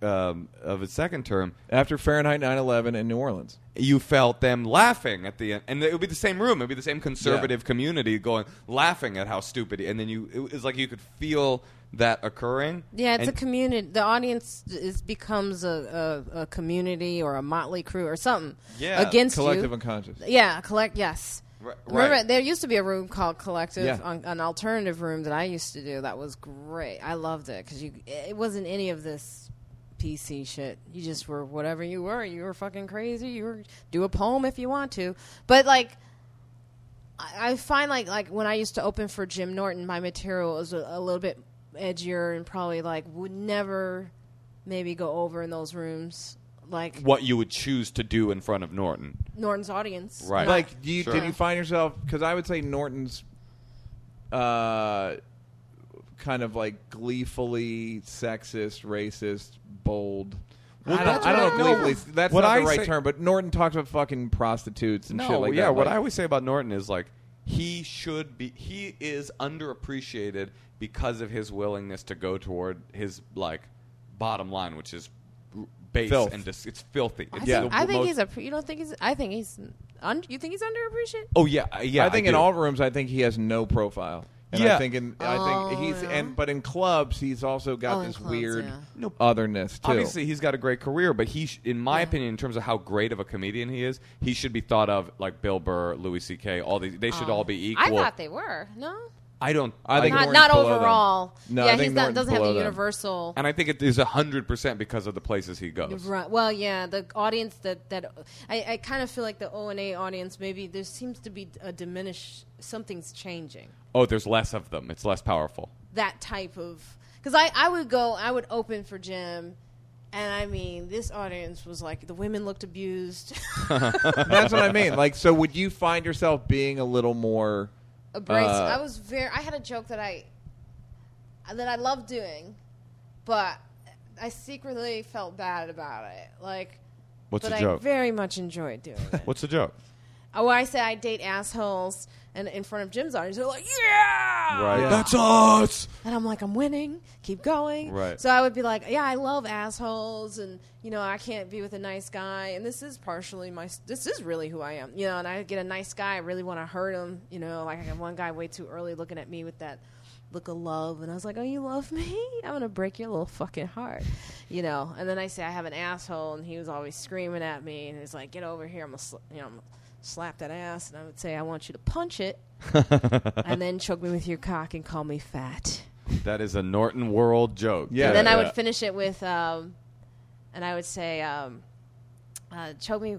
B: um, of his second term,
A: After Fahrenheit 9/11 in New Orleans.
B: you felt them laughing at the end, and it would be the same room, it would be the same conservative community going laughing at how stupid, and then you it was like you could feel that occurring.
D: Yeah, it's
B: And-
D: a community. The audience is becomes a, a, a community or a motley crew or something
B: Yeah,
D: against
A: Collective
D: you.
A: unconscious.
D: yeah, collect. Yes.
B: Ri- right.
D: Remember, there used to be a room called Collective,
A: Yeah.
D: an, an alternative room that I used to do. That was great. I loved it because you, it wasn't any of this PC shit. You just were whatever you were. You were fucking crazy. You were do a poem if you want to, but like I I find like like when I used to open for Jim Norton, my material was a, a little bit edgier and probably like would never maybe go over in those rooms like
B: what you would choose to do in front of Norton.
D: Norton's audience.
B: Right.
D: Not-
A: Like, do you,
B: Sure.
A: did you find yourself? Because I would say Norton's, uh, kind of like gleefully sexist, racist, bold. I don't,
B: that's
A: I
B: what
A: don't know
B: I-
A: if legally that's
B: what
A: not
B: I
A: the right
B: say-
A: term, but Norton talks about fucking prostitutes and
B: no,
A: shit like
B: yeah,
A: that.
B: what
A: like-
B: I always say about Norton is like he should be. He is underappreciated because of his willingness to go toward his like bottom line, which is r- base
A: Filth.
B: and dis- it's filthy. It's
A: Yeah.
B: the
D: I think
B: most-
D: he's a. You don't think he's? I think he's. Un, you think he's underappreciated?
B: Oh yeah, uh, yeah.
A: I think in
B: do.
A: all rooms, I think he has no profile. And
B: Yeah.
A: I think in, I
B: Oh,
A: think he's and but in clubs, he's also got
D: Oh, in
A: this
D: clubs,
A: weird
D: yeah.
B: No,
A: otherness too.
B: Obviously, he's got a great career, but he, sh- in my opinion, in terms of how great of a comedian he is, he should be thought of like Bill Burr, Louis C.K. All these, they should all be
D: Oh. I
B: equal.
D: thought they were. No,
B: I don't.
A: I think
B: like-
D: not
A: Norton's
D: not
A: below them.
D: overall.
A: No, I
D: yeah,
A: think
D: he's not
A: Norton's
D: doesn't have
A: below
D: a
A: them.
D: universal.
B: and I think it is hundred percent because of the places he goes.
M: Right. Well, yeah, the audience that that I, I kind of feel like the O and A audience. Maybe there seems to be a diminished. Something's changing.
B: Oh, there's less of them. It's less powerful.
M: That type of because I I would go. I would open for Jim. And I mean, this audience was like the women looked abused. *laughs*
A: That's what I mean. Like, so would you find yourself being a little more?
D: abrasive.
A: Uh,
D: I was very. I had a joke that I that I loved doing, but I secretly felt bad about it. Like,
B: What's
D: but
B: the
D: I
B: joke?
D: very much enjoyed doing
B: *laughs*
D: it.
B: What's the joke?
D: oh, I say I date assholes, and in front of Jim's audience, they're like, "Yeah,"
B: Right.
A: Yeah.
B: That's us.
D: and I'm like, "I'm winning. Keep going."
B: Right.
D: So I would be like, "Yeah, I love assholes, and you know, I can't be with a nice guy, and this is partially my. This is really who I am, you know." And I get a nice guy, I really want to hurt him, you know. Like I got one guy way too early looking at me with that look of love, and I was like, "Oh, you love me? *laughs* I'm gonna break your little fucking heart," you know. And then I say I have an asshole, and he was always screaming at me, and he's like, "Get over here! I'm gonna, sl- you know." I'm gonna Slap that ass, and I would say, I want you to punch it and then choke me with your cock and call me fat.
B: That is a Norton World joke.
A: Yeah.
D: And then I
A: Yeah.
D: would finish it with, um, and I would say, um, uh, choke me.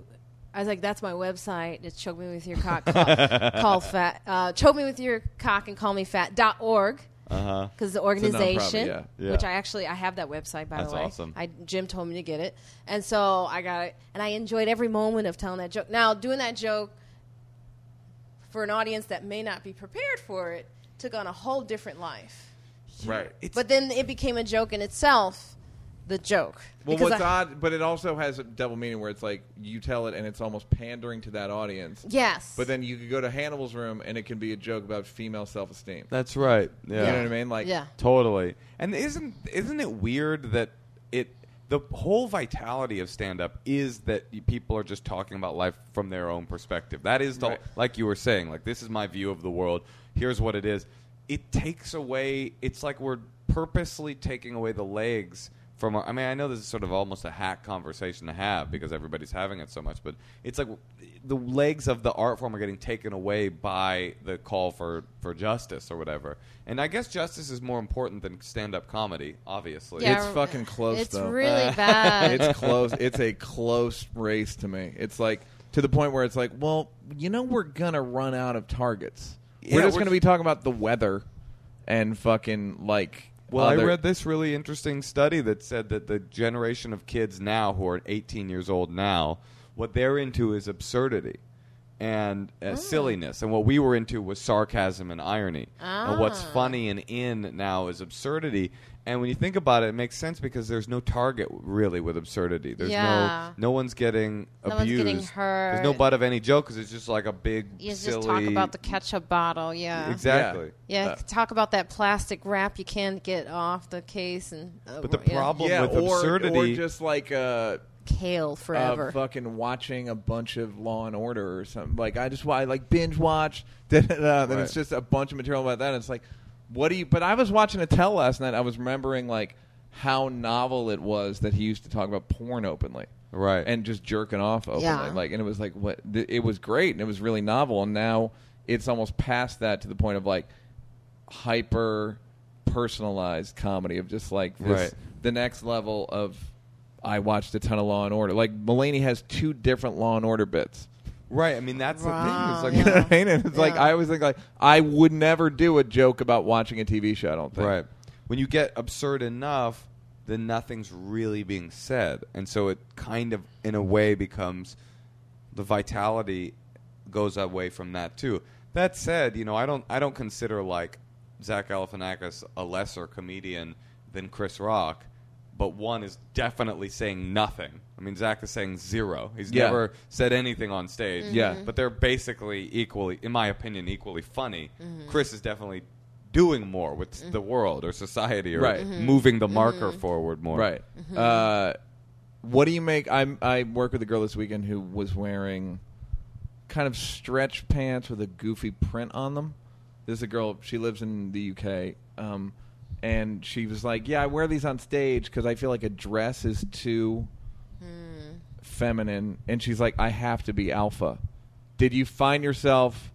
D: I was like, that's my website. It's choke me with your cock. Call, call fat. Uh, choke me with your cock and call me fat dot org. Because the organization,
A: yeah.
B: Yeah.
D: which I actually I have that website by
B: That's
D: the way.
B: awesome.
D: I Jim told me to get it, and so I got it, and I enjoyed every moment of telling that joke. Now doing that joke for an audience that may not be prepared for it took on a whole different life.
A: Right.
D: But then it became a joke in itself, the joke.
A: Well,
D: Because
A: what's
D: I-
A: odd, but it also has a double meaning where it's like you tell it and it's almost pandering to that audience.
D: Yes.
A: But then you could go to Hannibal's room and it can be a joke about female self esteem.
B: That's right. Yeah.
A: You know what I mean? Like,
D: yeah.
B: Totally. And isn't isn't it weird that it the whole vitality of stand up is that y- people are just talking about life from their own perspective. That is the
A: Right.
B: like you were saying, like this is my view of the world. Here's what it is. It takes away it's like we're purposely taking away the legs from our, I mean I know this is sort of almost a hack conversation to have because everybody's having it so much but it's like the legs of the art form are getting taken away by the call for for justice or whatever. And I guess justice is more important than stand up comedy, obviously.
D: Yeah,
A: it's fucking close,
D: It's
A: though.
D: really
A: *laughs*
D: bad.
A: it's close. It's a close race to me. It's like to the point where it's like, well, you know, we're gonna run out of targets.
B: Yeah,
A: we're just
B: we're-
A: gonna be talking about the weather and fucking like.
B: Well, I
A: other-
B: read this really interesting study that said that the generation of kids now who are 18 years old now, what they're into is absurdity and
D: Ah.
B: uh, silliness. And what we were into was sarcasm and irony. And what's
D: Ah.
B: funny and in now is absurdity. And when you think about it, it makes sense because there's no target really with absurdity. There's
D: Yeah.
B: no no one's getting
D: No one's
B: abused.
D: getting
B: There's
D: hurt.
B: no butt of any joke because it's just like a big
D: you just
B: silly.
D: talk about the ketchup bottle, yeah.
B: exactly.
D: Yeah,
A: Uh,
D: talk about that plastic wrap you can't get off the case and uh,
B: But the
D: yeah.
B: problem
A: yeah,
B: with
A: or,
B: absurdity
A: or just like uh,
D: kale
A: uh,
D: forever.
A: fucking watching a bunch of Law and Order or something. Like I just I like binge watch. *laughs* da, da, da, Then it's
B: Right.
A: just a bunch of material about that. And it's like, what do you? But I was watching a tell last night. I was remembering like how novel it was that he used to talk about porn openly.
B: Right.
A: And just jerking off openly.
D: Yeah.
A: Like, and it was like, what? Th- it was great and it was really novel. And now it's almost past that to the point of like hyper personalized comedy of just like this,
B: Right.
A: the next level of I watched a ton of Law and Order. Like, Mulaney has two different Law and Order bits.
B: Right. I mean, that's the
D: Wow,
A: *laughs*
B: thing.
A: You
B: It's
A: know
B: like,
A: what I mean? And it's like,
D: Oh, Yeah.
A: I always think like, I would never do a joke about watching a TV show, I don't think.
B: right. When you get absurd enough, then nothing's really being said. And so it kind of, in a way, becomes the vitality goes away from that, too. That said, you know, I don't, I don't consider like Zach Galifianakis a lesser comedian than Chris Rock, but one is definitely saying nothing. I mean, Zach is saying zero. He's
A: Yeah.
B: never said anything on stage.
A: Yeah.
B: But they're basically equally, in my opinion, equally funny. Chris is definitely doing more with the world or society or
A: Right. Mhm.
B: moving the marker forward more.
A: Right. Uh, what do you make? I I work with a girl this weekend who was wearing kind of stretch pants with a goofy print on them. This is a girl. She lives in the UK, um, and she was like, "Yeah, I wear these on stage because I feel like a dress is too feminine." And she's like, "I have to be alpha." Did you find yourself?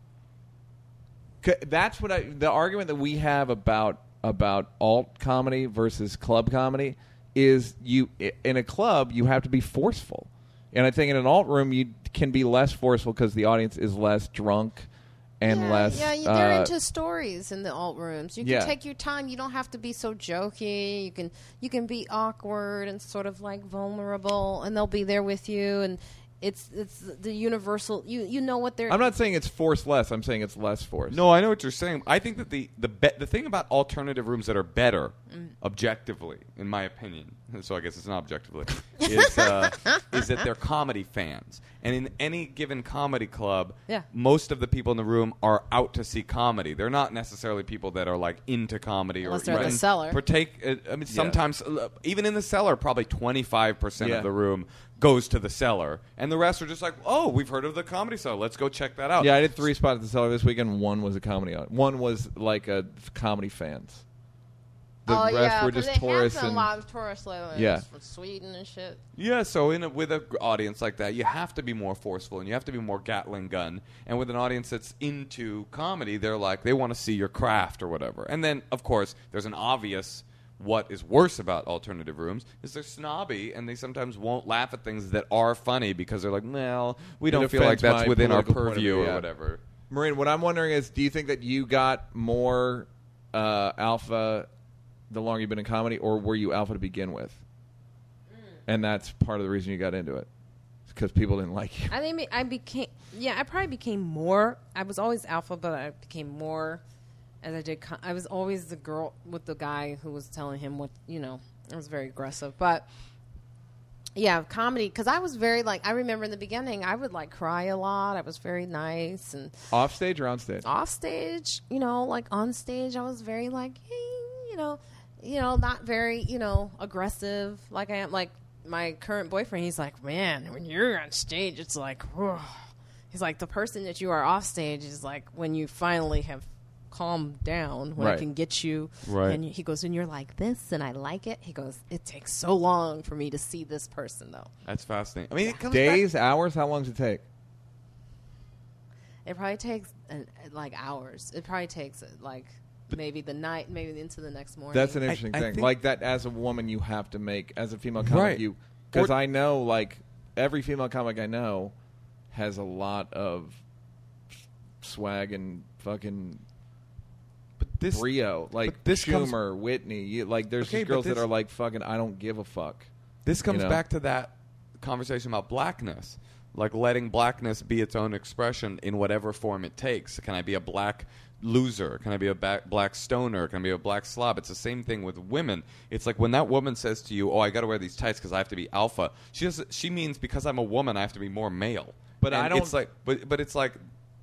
A: 'Cause that's what I the argument that we have about about alt comedy versus club comedy is you i- in a club you have to be forceful and i think in an alt room you can be less forceful because the audience is less drunk and
C: yeah,
A: less
C: Yeah, you- they're
A: uh,
C: into stories in the alt rooms. You can
A: Yeah.
C: take your time. You don't have to be so jokey. You can you can be awkward and sort of like vulnerable, and they'll be there with you. And it's it's the universal. You you know what they're.
A: i'm not saying it's force less i'm saying it's less force
B: No, I know what you're saying. I think that the the be- the thing about alternative rooms that are better,
D: Mm.
B: objectively, in my opinion, *laughs* so I guess it's not
D: *laughs*
B: objectively, is uh, is that they're comedy fans, and in any given comedy club,
C: Yeah.
B: most of the people in the room are out to see comedy. They're not necessarily people that are like into comedy
D: Unless
B: or
D: they're at the
B: even
D: cellar.
B: Partake. Uh, I mean, sometimes uh, even in the cellar, probably twenty five percent
A: Yeah.
B: of the room goes to the cellar, and the rest are just like, oh, we've heard of the comedy cellar. Let's go check that out.
A: yeah i did three spots at the cellar this weekend one was a comedy au- one was like a f- comedy fans the
L: oh
A: rest
L: yeah,
A: were
L: 'cause
A: just
L: they
A: tourists
L: have some
A: and
L: lot of tourists living
A: Yeah.
L: from Sweden and shit.
B: Yeah, so in a, with an audience like that, you have to be more forceful and you have to be more Gatling gun. And with an audience that's into comedy, they're like they want to see your craft or whatever. And then, of course, there's an obvious what is worse about alternative rooms is they're snobby and they sometimes won't laugh at things that are funny because they're like, well, we don't feel like
A: offends
B: that's
A: my
B: within our
A: political point of
B: purview
A: view,
B: or
A: yeah.
B: whatever.
A: Maureen, what I'm wondering is, do you think that you got more uh, alpha the longer you've been in comedy, or were you alpha to begin with?
L: Mm.
A: And that's part of the reason you got into it, because people didn't like you. *laughs*
D: I think me- I became yeah. I probably became more. I was always alpha, but I became more as I did. co I was always the girl with the guy who was telling him what you know. I was very aggressive, but yeah, comedy because I was very like I remember in the beginning I would like cry a lot. I was very nice and
A: Off stage or on stage?
D: off stage, you know, like on stage, I was very like, hey, you know, you know, not very, you know, aggressive. Like I am, like my current boyfriend, he's like, man, when you're on stage, it's like, whew." he's like, the person that you are off stage is like when you finally have calmed down, when I
A: Right.
D: can get you.
B: Right.
D: And he goes, and you're like this, and I like it. He goes, it takes so long for me to see this person though.
B: That's fascinating. I mean, it comes back-
A: Days, hours? How long does it take?
D: It probably takes an, like hours. It probably takes like maybe the night, maybe into the next morning.
A: That's an interesting
B: I
A: thing.
B: think-
A: like that, as a woman, you have to make as a female comic.
B: Right.
A: You because
B: Or-
A: I know like every female comic I know has a lot of swag and fucking
B: but this
A: brio, like
B: but this comes-
A: Schumer, Whitney. You, like there's
B: Okay,
A: these
B: but
A: girls
B: this-
A: that are like fucking. I don't give a fuck.
B: This comes
A: know?
B: back to that conversation about blackness, like letting blackness be its own expression in whatever form it takes. Can I be a black loser? Can I be a ba- black stoner? Can I be a black slob? It's the same thing with women. It's like when that woman says to you, "Oh, I got to wear these tights because I have to be alpha." She does, she means because I'm a woman, I have to be more male.
A: But I don't-
B: It's like, but but it's like.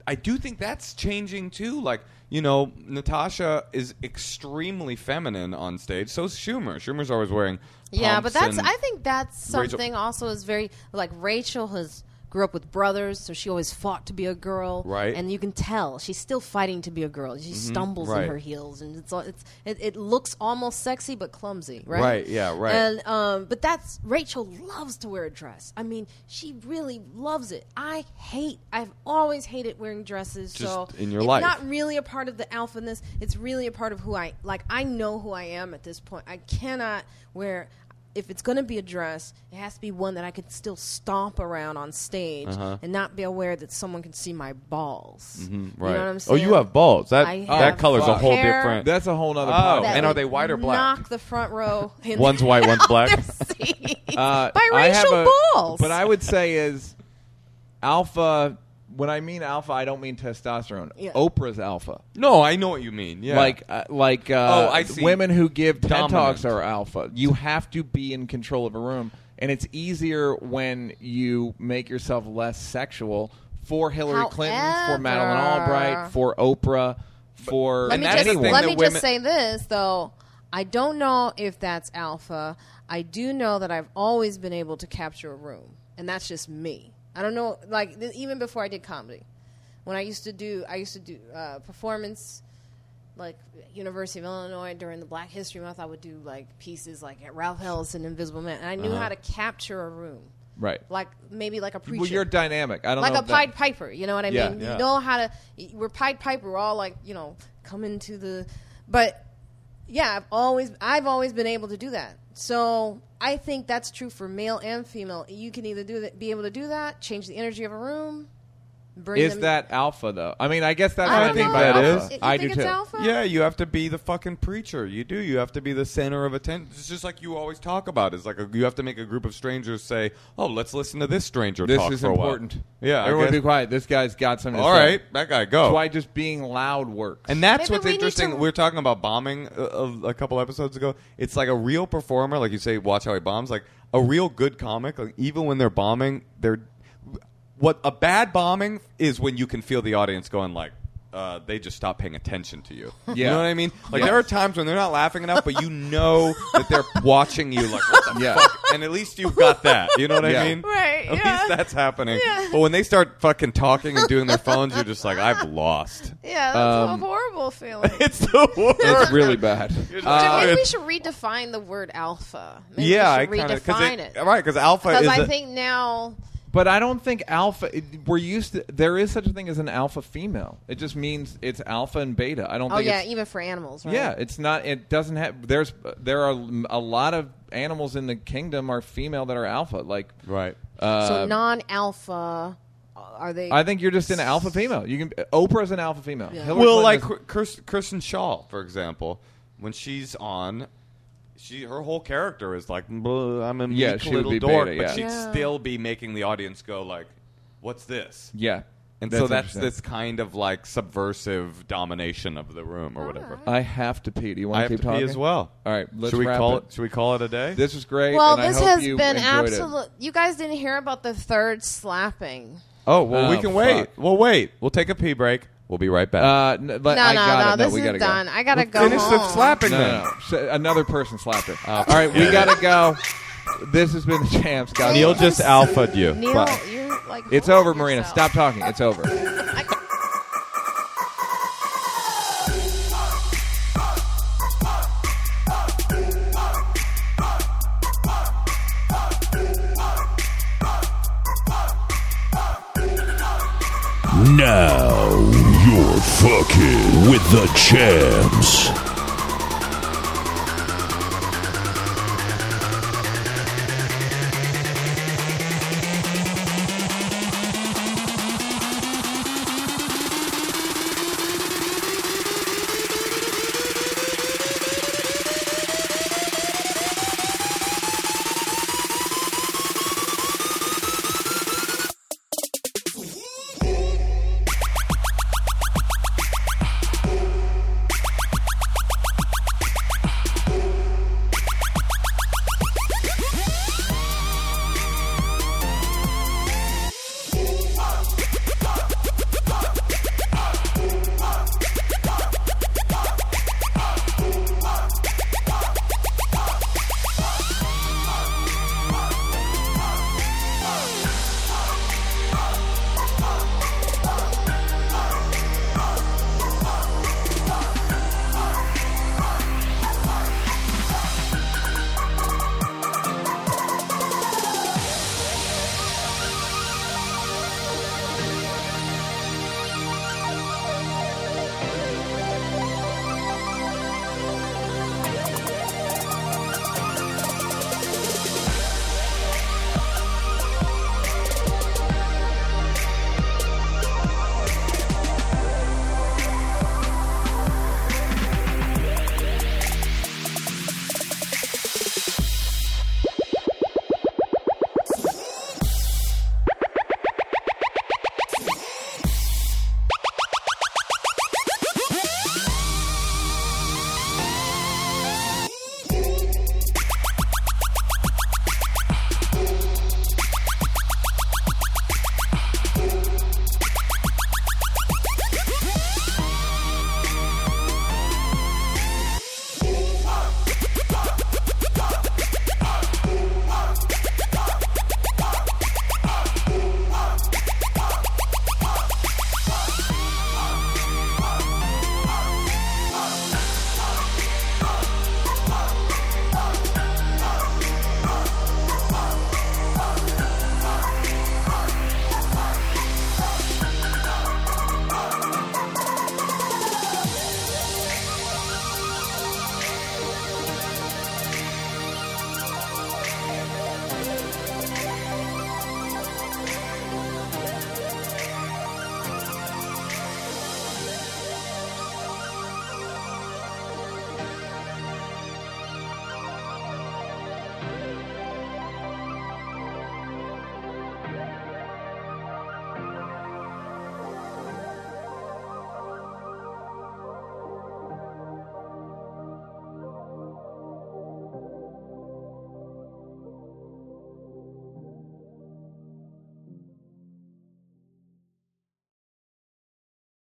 B: I do think that's changing too. Like, you know, Natasha is extremely feminine on stage. So is Schumer. Schumer's always wearing.
L: Yeah,
B: pumps
L: but that's
B: and-
L: I think that's
B: Rachel-
L: something also is very like Rachel has
D: grew up with brothers, so she always fought to be a girl.
B: Right. Mm-hmm.
D: And you can tell she's still fighting to be a girl. She stumbles
B: right.
D: in her heels, and it's all- it's it, it looks almost sexy but clumsy, right?
B: Right, yeah, right.
D: And um, but that's Rachel loves to wear a dress. I mean, she really loves it. I hate. I've always hated wearing dresses. so
B: Just in your
D: it's
B: life.
D: not really a part of the alphaness. It's really a part of who I like. I know who I am at this point. I cannot wear. If it's going to be a dress, it has to be one that I can still stomp around on stage
B: Uh-huh.
D: and not be aware that someone can see my balls.
B: Mm-hmm,
D: You know what I'm
A: Oh,
D: saying?
B: Oh, balls. That
D: I have
A: fuck.
D: hair.
A: That's a whole nother.
B: Oh,
A: podcast.
B: and are they white or black?
D: Knock the front row. In
B: One's
D: *laughs*
B: white, one's black.
A: Uh,
D: Biracial
A: I have a-
D: balls.
A: But I would say is alpha when I mean alpha, I don't mean testosterone.
N: Yeah.
A: Oprah's alpha.
B: No, I know what you mean. Yeah,
A: Like uh, like uh,
B: Oh, I see.
A: women who give TED
B: Dominant.
A: talks are alpha. You have to be in control of a room, and it's easier when you make yourself less sexual. For Hillary Clinton, for Madeleine
D: However-
A: Albright, for Oprah, for
D: Let me
B: that's
D: just
B: the thing
A: anyone.
D: let
B: that
D: me
B: women-
D: just say this though. I don't know if that's alpha. I do know that I've always been able to capture a room, and that's just me. I don't know, like th- even before I did comedy, when I used to do, I used to do uh, performance, like University of Illinois during the Black History Month. I would do like pieces like at Ralph Ellis and Invisible Man, and I
B: Uh-huh.
D: knew how to capture a room,
A: right.
D: like maybe like a preacher
A: Well, you're dynamic. I don't
D: like
A: know
D: a
A: if that-
D: Pied Piper. You know what I
A: Yeah,
D: mean?
B: yeah.
D: You know how to. We're Pied Piper. We're all like you know coming to the, but yeah, I've always I've always been able to do that. So I think that's true for male and female. You can either do that, be able to do that, change the energy of a room. Bring
A: Is
D: them-
A: that alpha though? I mean, I guess that's
D: I
A: what
D: don't
A: I think
D: know.
A: by
B: that
A: alpha.
B: is.
D: You
A: I do
D: think it's
A: too.
D: alpha?
B: Yeah, you have to be the fucking preacher. You do. You have to be the center of attention. It's just like you always talk about. It's like a, you have to make a group of strangers say, "Oh, let's listen to this stranger
A: This
B: talk
A: is
B: for a while."
A: important.
B: Yeah, I
A: everyone
B: guess-
A: be quiet. This guy's got something.
B: All
A: to say.
B: right, that guy go.
A: That's why just being loud works.
B: And that's
D: Maybe
B: what's
D: we need
B: interesting.
D: to-
B: We were talking about bombing a, a, a couple episodes ago. It's like a real performer, like you say, watch how he bombs. Like a real good comic, like even when they're bombing, they're what a bad bombing is when you can feel the audience going like. Uh, they just stop paying attention to you. You
A: Yeah.
B: know what I mean? Like
A: Yeah.
B: there are times when they're not laughing enough, but you know that they're watching you. Like, what the
A: Yeah.
B: fuck? And at least you've got that. You know what
A: Yeah.
B: I mean?
D: Right,
B: At
D: yeah.
B: least that's happening. But when they start fucking talking and doing their phones, you're just like, I've lost.
D: Yeah, that's
A: Um,
D: a
A: *laughs*
D: horrible feeling.
B: It's the worst.
A: it's really bad. *laughs*
D: So
A: Uh,
D: maybe we
B: it's-
D: should redefine the word alpha. Maybe
B: yeah, I
D: we should
B: kind of
D: redefine it.
B: Right, because alpha
D: Because
B: is.
D: I
B: a-
D: think now
A: But uh, I don't think alpha. it- We're used to. There is such a thing as an alpha female. It just means it's alpha and beta. I don't
D: Oh
A: think.
D: yeah,
A: it's,
D: even for animals, right?
A: yeah. It's not. It doesn't have. There's. There are a lot of animals in the kingdom are female that are alpha. Like.
B: right.
A: Uh,
D: so non-alpha uh, are they?
A: Um, I think you're just an alpha female. You can. Oprah's an alpha female. Hillary
B: well,
A: Clinton
B: like
A: is-
B: Kir- Kirsten, Kirsten Shaw, for example, when she's on, she her whole character is like, "Bleh, I'm a meek
A: Yeah, she would
B: little
A: be
B: dork,
A: beta,
B: but
A: yeah.
B: she'd
D: Yeah.
B: still be making the audience go like, "What's this?"
A: yeah.
B: And so that's
A: interesting.
B: this kind of like subversive domination of the room or whatever.
A: I have to pee. Do you want
B: I have
A: keep
B: to
A: talking
B: pee as well.
A: All right, let's
B: should we
A: wrap
B: call
A: it.
B: it? Should we call it a day?
A: This was great.
D: well,
A: and I
D: this
A: hope
D: has
A: you
D: been
A: enjoyed it.
D: absolute. You guys didn't hear about the third slapping.
B: oh well, we
A: Oh,
B: can wait.
A: fuck.
B: We'll wait. We'll take a pee break. We'll be right back.
A: Uh, n- but
D: No,
A: I
D: no,
A: got
D: no.
A: it.
D: This
A: we
D: is
A: gotta go.
D: done. I gotta go
B: Finish
D: home.
B: the slapping.
A: No, no,
B: then.
A: no. So another person slapped her. All right, we gotta go. This has been the champs, guys.
B: Neil just alphaed you.
D: Neil,
B: Bye.
D: you're like.
A: It's
D: holding
A: over, Marina.
D: yourself.
A: Stop talking. It's over.
E: Now you're fucking with the champs.